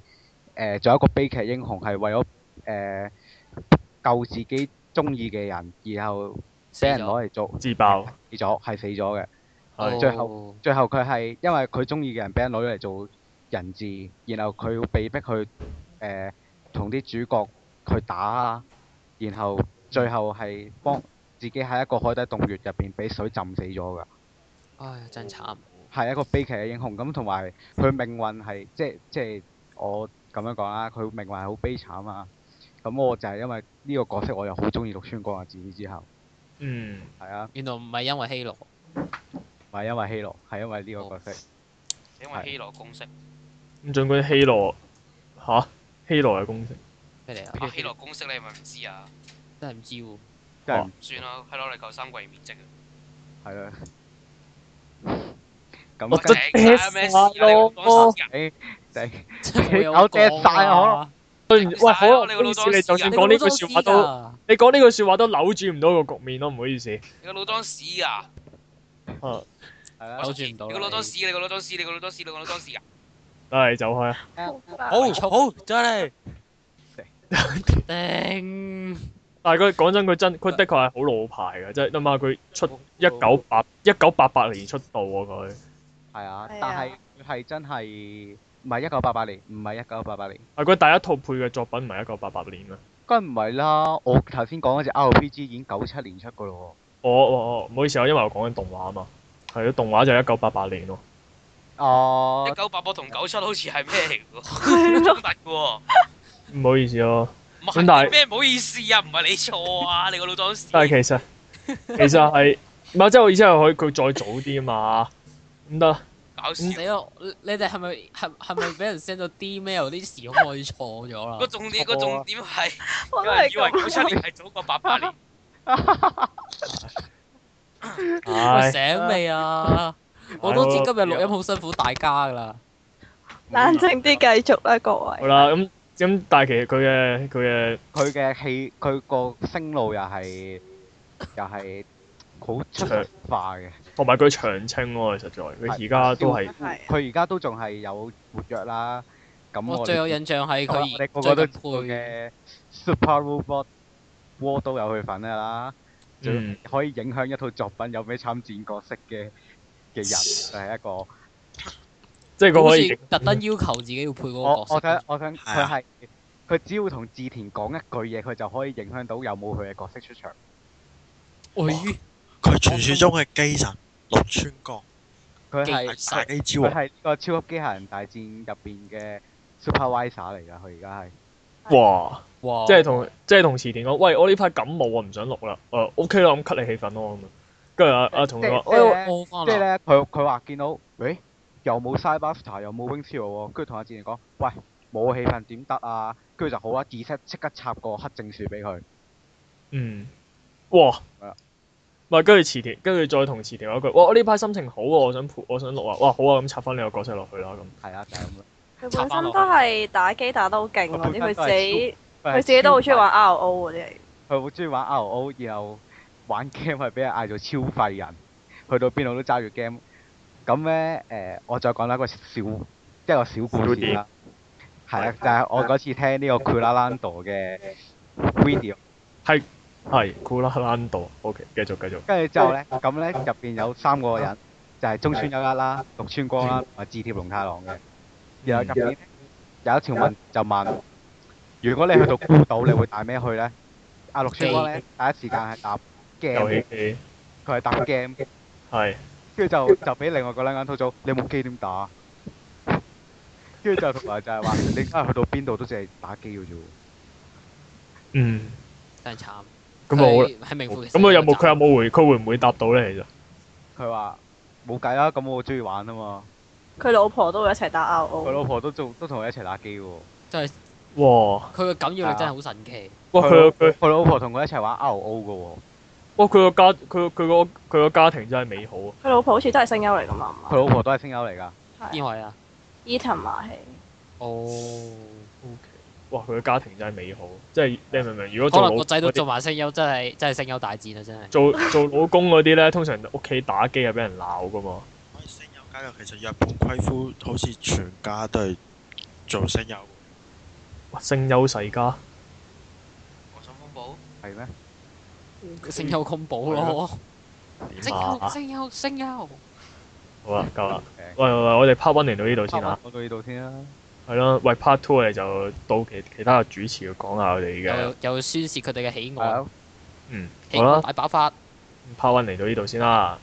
[SPEAKER 6] 誒做一個悲劇英雄，係為咗誒、呃救自己中意嘅人，然後
[SPEAKER 1] 死
[SPEAKER 6] 俾人
[SPEAKER 1] 咗。哦
[SPEAKER 6] 攞嚟做
[SPEAKER 5] 自爆
[SPEAKER 6] 死咗，係死咗嘅。
[SPEAKER 5] 係
[SPEAKER 6] 最後最後佢係因為佢中意嘅人俾人攞咗嚟做人質，然後佢被逼去誒同啲主角去打啦，然後最後係幫自己喺一個海底洞穴入邊俾水浸死咗㗎，
[SPEAKER 1] 唉，真慘。
[SPEAKER 6] 係一個悲劇嘅英雄。咁同埋佢命運係即係即係我咁樣講啦，佢命運係好悲慘啊！咁我就係因為呢個角色，我又好中意陸川光啊！自此之後，
[SPEAKER 5] 嗯，
[SPEAKER 6] 係啊，
[SPEAKER 1] 原來唔係因為希羅，
[SPEAKER 6] 唔係因為希羅，係因為呢個角色。
[SPEAKER 3] 因為希羅公式，
[SPEAKER 5] 咁儘管希羅吓希羅嘅公式，
[SPEAKER 1] 咩嚟啊？
[SPEAKER 3] 啊希羅公式你係咪唔知啊？
[SPEAKER 1] 真係唔知喎。
[SPEAKER 6] 真係唔
[SPEAKER 3] 算啦，希羅你夠三季面積啊！
[SPEAKER 6] 係啦。咁
[SPEAKER 5] 我
[SPEAKER 6] 跟
[SPEAKER 5] 真
[SPEAKER 3] 頂啊咩事啊？你講
[SPEAKER 5] 哦
[SPEAKER 3] 十日
[SPEAKER 6] 誒，頂
[SPEAKER 1] 哦真有
[SPEAKER 6] 有爹晒啊
[SPEAKER 1] 啊！
[SPEAKER 5] 雖然喂，好
[SPEAKER 3] 你個
[SPEAKER 5] 啦，唔好意
[SPEAKER 3] 老
[SPEAKER 5] 思，
[SPEAKER 3] 裝
[SPEAKER 5] 你
[SPEAKER 3] 屎
[SPEAKER 5] 就
[SPEAKER 3] 啊
[SPEAKER 5] 算講呢句説話都。
[SPEAKER 1] 啊
[SPEAKER 5] 你講呢句説話都扭轉唔到個局面咯，唔好意思。
[SPEAKER 3] 你個老裝屎啊！
[SPEAKER 5] 啊，
[SPEAKER 6] 係啦
[SPEAKER 1] 扭轉唔到啦
[SPEAKER 3] 你個老裝屎！你個老裝屎！你個老裝屎！你個老裝屎啊！
[SPEAKER 5] 得係走開啊！
[SPEAKER 7] 好好真係
[SPEAKER 1] 頂，
[SPEAKER 5] 但係佢講真，佢真佢的確係好老牌嘅，即係諗下佢出一九八一九八八年出道喎佢。
[SPEAKER 6] 係啊，
[SPEAKER 9] 係啊
[SPEAKER 6] 但係佢係真係唔係一九八八年，唔係一九八八年，
[SPEAKER 5] 係佢第一套配嘅作品唔係一九八八年咩？
[SPEAKER 6] 梗唔係啦。我頭先講嗰只 RPG 已經九七年出噶咯
[SPEAKER 5] 我我我唔好意思啊，因為我講緊動畫啊嘛。係咯，動畫就一九八八年咯。
[SPEAKER 6] 喎，哦
[SPEAKER 3] 一，九八八同九七好似係咩嚟嘅
[SPEAKER 9] 係
[SPEAKER 3] 喎？
[SPEAKER 9] 咯
[SPEAKER 3] 衝突 喎，
[SPEAKER 5] 唔好意思咯。
[SPEAKER 3] 唔
[SPEAKER 5] 咁但係
[SPEAKER 3] 係咩唔好意思啊，唔係你錯啊，你個老裝屎。
[SPEAKER 5] 但係 其實其實係唔係即係我意思係佢佢再早啲嘛，唔得啦。
[SPEAKER 3] 搞笑。
[SPEAKER 1] 死咯！你哋係咪係係咪俾人 send 咗 D mail 啲時空我哋錯咗啦
[SPEAKER 3] 個？重點個重點係，
[SPEAKER 9] 我都
[SPEAKER 3] 有人
[SPEAKER 9] 係
[SPEAKER 3] 以為九
[SPEAKER 9] 咁
[SPEAKER 3] 七年係早過八八年。
[SPEAKER 1] 喂
[SPEAKER 5] 唉，
[SPEAKER 1] 醒未啊？我都知今日錄音好辛苦大家噶啦。
[SPEAKER 9] 冷靜啲繼續啦，各
[SPEAKER 5] 好
[SPEAKER 9] 位。
[SPEAKER 5] 啦，咁咁但係其實佢嘅佢嘅
[SPEAKER 6] 佢嘅氣，佢個聲路又係又係好出神入化嘅。
[SPEAKER 5] 同埋佢長青咯，實在佢而家都係
[SPEAKER 9] 係
[SPEAKER 6] 佢而家都仲係有活躍啦。咁
[SPEAKER 1] 我
[SPEAKER 6] 哋
[SPEAKER 1] 哦最有印象係
[SPEAKER 6] 我哋個
[SPEAKER 1] 佢最
[SPEAKER 6] 個都
[SPEAKER 1] 近
[SPEAKER 6] 知
[SPEAKER 1] 配
[SPEAKER 6] 道嘅 Super Robot War 都有佢份㗎啦。最
[SPEAKER 5] 嗯
[SPEAKER 6] 可以影響一套作品有咩參戰角色嘅嘅人，就係一個
[SPEAKER 5] 即係佢
[SPEAKER 1] 好
[SPEAKER 5] 可以嗯
[SPEAKER 1] 似特登要求自己要配嗰
[SPEAKER 6] 我
[SPEAKER 1] 個角
[SPEAKER 6] 我想
[SPEAKER 1] 色。
[SPEAKER 6] 我想
[SPEAKER 8] 係
[SPEAKER 6] 佢
[SPEAKER 8] 啊
[SPEAKER 6] 係佢只要同志田講一句嘢，佢就可以影響到有冇佢嘅角色出場。
[SPEAKER 1] 我
[SPEAKER 8] 佢傳説中嘅基神綠川角
[SPEAKER 6] 佢
[SPEAKER 1] 技
[SPEAKER 6] 係
[SPEAKER 8] 係大基之
[SPEAKER 6] 佢
[SPEAKER 8] 王，
[SPEAKER 6] 係個超級機械人大戰入邊嘅 supervisor 嚟㗎，佢而家係。
[SPEAKER 5] 哇，
[SPEAKER 1] 哇！
[SPEAKER 5] 即係同即係同池田講，喂，我呢排感冒啊，唔想錄啦。誒 OK 啦，咁 cut 你氣氛咯咁樣。跟住阿阿同
[SPEAKER 6] 即
[SPEAKER 5] 佢
[SPEAKER 6] 係
[SPEAKER 5] 話，
[SPEAKER 6] 即係咧
[SPEAKER 1] 我翻
[SPEAKER 6] 即係
[SPEAKER 1] 啦。
[SPEAKER 6] 咧，佢佢話見到，喂，又冇 Cyberster，又冇 Wing Zero 喎，跟住同阿志賢講，喂，冇氣氛點得啊？跟住就好啦，reset 即刻插個黑證書俾佢。
[SPEAKER 5] 嗯，哇
[SPEAKER 6] 係啊，
[SPEAKER 5] 唔係跟住池田，跟住再同池田講一句，哇，我呢排心情好喎，我想陪我想錄啊，哇，好啊，咁插翻你個角色落去啦咁。
[SPEAKER 6] 係啊，就係咁啦。
[SPEAKER 9] 佢本身都係打機打得好勁
[SPEAKER 6] 我
[SPEAKER 9] 嗰啲，佢
[SPEAKER 6] 本身都
[SPEAKER 9] 自
[SPEAKER 6] 係
[SPEAKER 9] 己
[SPEAKER 6] 佢
[SPEAKER 9] 佢
[SPEAKER 6] 係
[SPEAKER 9] 自己都好中意
[SPEAKER 6] 超廢
[SPEAKER 9] 玩 RO 嗰啲嚟。
[SPEAKER 6] 佢好中意玩 RO，然後玩 game 係俾人嗌做超廢人，去到邊度都揸住 game。咁咧誒，我再講一個小一個小故事啦。係啊，就係我嗰次聽呢個 Kulalando 嘅 video，
[SPEAKER 5] 係酷啦啦度，OK，繼續繼續。
[SPEAKER 6] 跟住之後咧，咁咧入邊有三個人，就係中村優一啦、綠川光啦同埋志貼龍太郎嘅。然後入邊咧有一條問就問：如果你去到孤島，你會帶咩去咧？阿綠川光咧第一時間係啊答
[SPEAKER 5] 遊
[SPEAKER 6] game，
[SPEAKER 5] 戲機
[SPEAKER 6] 佢係答 game。
[SPEAKER 5] 係
[SPEAKER 6] 跟住就就俾另外嗰兩間吐槽，你冇機點打？跟住就同埋就係話，你而家去到邊度都淨係打機嘅啫喎。
[SPEAKER 5] 嗯。
[SPEAKER 1] 真係慘。
[SPEAKER 5] 咁我好啦
[SPEAKER 1] 佢喺名副其實
[SPEAKER 5] 咁佢有冇佢有冇回？佢會唔會答到咧？其實
[SPEAKER 6] 佢話冇計啦，咁我中意玩啊嘛。
[SPEAKER 9] 佢老婆都會一齊打
[SPEAKER 6] 佢
[SPEAKER 9] RO。
[SPEAKER 6] 老婆都做都同佢一齊打機嘅喎。
[SPEAKER 1] 真係
[SPEAKER 5] 哇！
[SPEAKER 1] 佢嘅感染力真係好神奇。
[SPEAKER 5] 哇！佢個佢
[SPEAKER 6] 佢老婆同佢一齊玩 RO 嘅喎。
[SPEAKER 5] 哇！佢個家佢佢個佢個家庭真係美好啊！
[SPEAKER 9] 佢老婆好似都係聲優嚟㗎嘛，唔
[SPEAKER 6] 佢老婆都係聲優嚟㗎。
[SPEAKER 9] 係
[SPEAKER 1] 邊位啊？
[SPEAKER 9] Eton 馬戲。
[SPEAKER 1] 哦，
[SPEAKER 5] 哇！佢個家庭真係美好，即係你明唔明？如果
[SPEAKER 1] 可
[SPEAKER 5] 做
[SPEAKER 1] 能
[SPEAKER 5] 老
[SPEAKER 1] 個仔都
[SPEAKER 5] 嗰啲
[SPEAKER 1] 做埋聲優，真係真係聲優大戰啊！真係。
[SPEAKER 5] 做做老公嗰啲咧，通常屋企打機係啊俾人鬧噶嘛。
[SPEAKER 8] 可以聲優加入。其實日本規夫好似全家都係做聲優。
[SPEAKER 5] 哇！聲優世家
[SPEAKER 3] 我想風暴，
[SPEAKER 6] 係咩？
[SPEAKER 1] 聲優恐怖咯，
[SPEAKER 5] 點
[SPEAKER 1] 聲
[SPEAKER 5] 啊
[SPEAKER 1] 優？聲優聲優，
[SPEAKER 5] 好啦，夠啦。
[SPEAKER 6] 誒
[SPEAKER 5] 喂喂喂，我哋 part one 嚟到呢度先
[SPEAKER 1] 啊
[SPEAKER 5] 啊啦
[SPEAKER 6] 我。到呢度先啦。
[SPEAKER 5] 係啦，喂 part two 我哋就到其其他嘅主持講下我哋嘅
[SPEAKER 1] 又又宣泄佢哋嘅喜
[SPEAKER 6] 係
[SPEAKER 1] 愛
[SPEAKER 6] 啊，，
[SPEAKER 5] 嗯
[SPEAKER 1] 喜
[SPEAKER 5] 好啦
[SPEAKER 1] 愛大爆發。
[SPEAKER 5] part one 嚟到呢度先啦。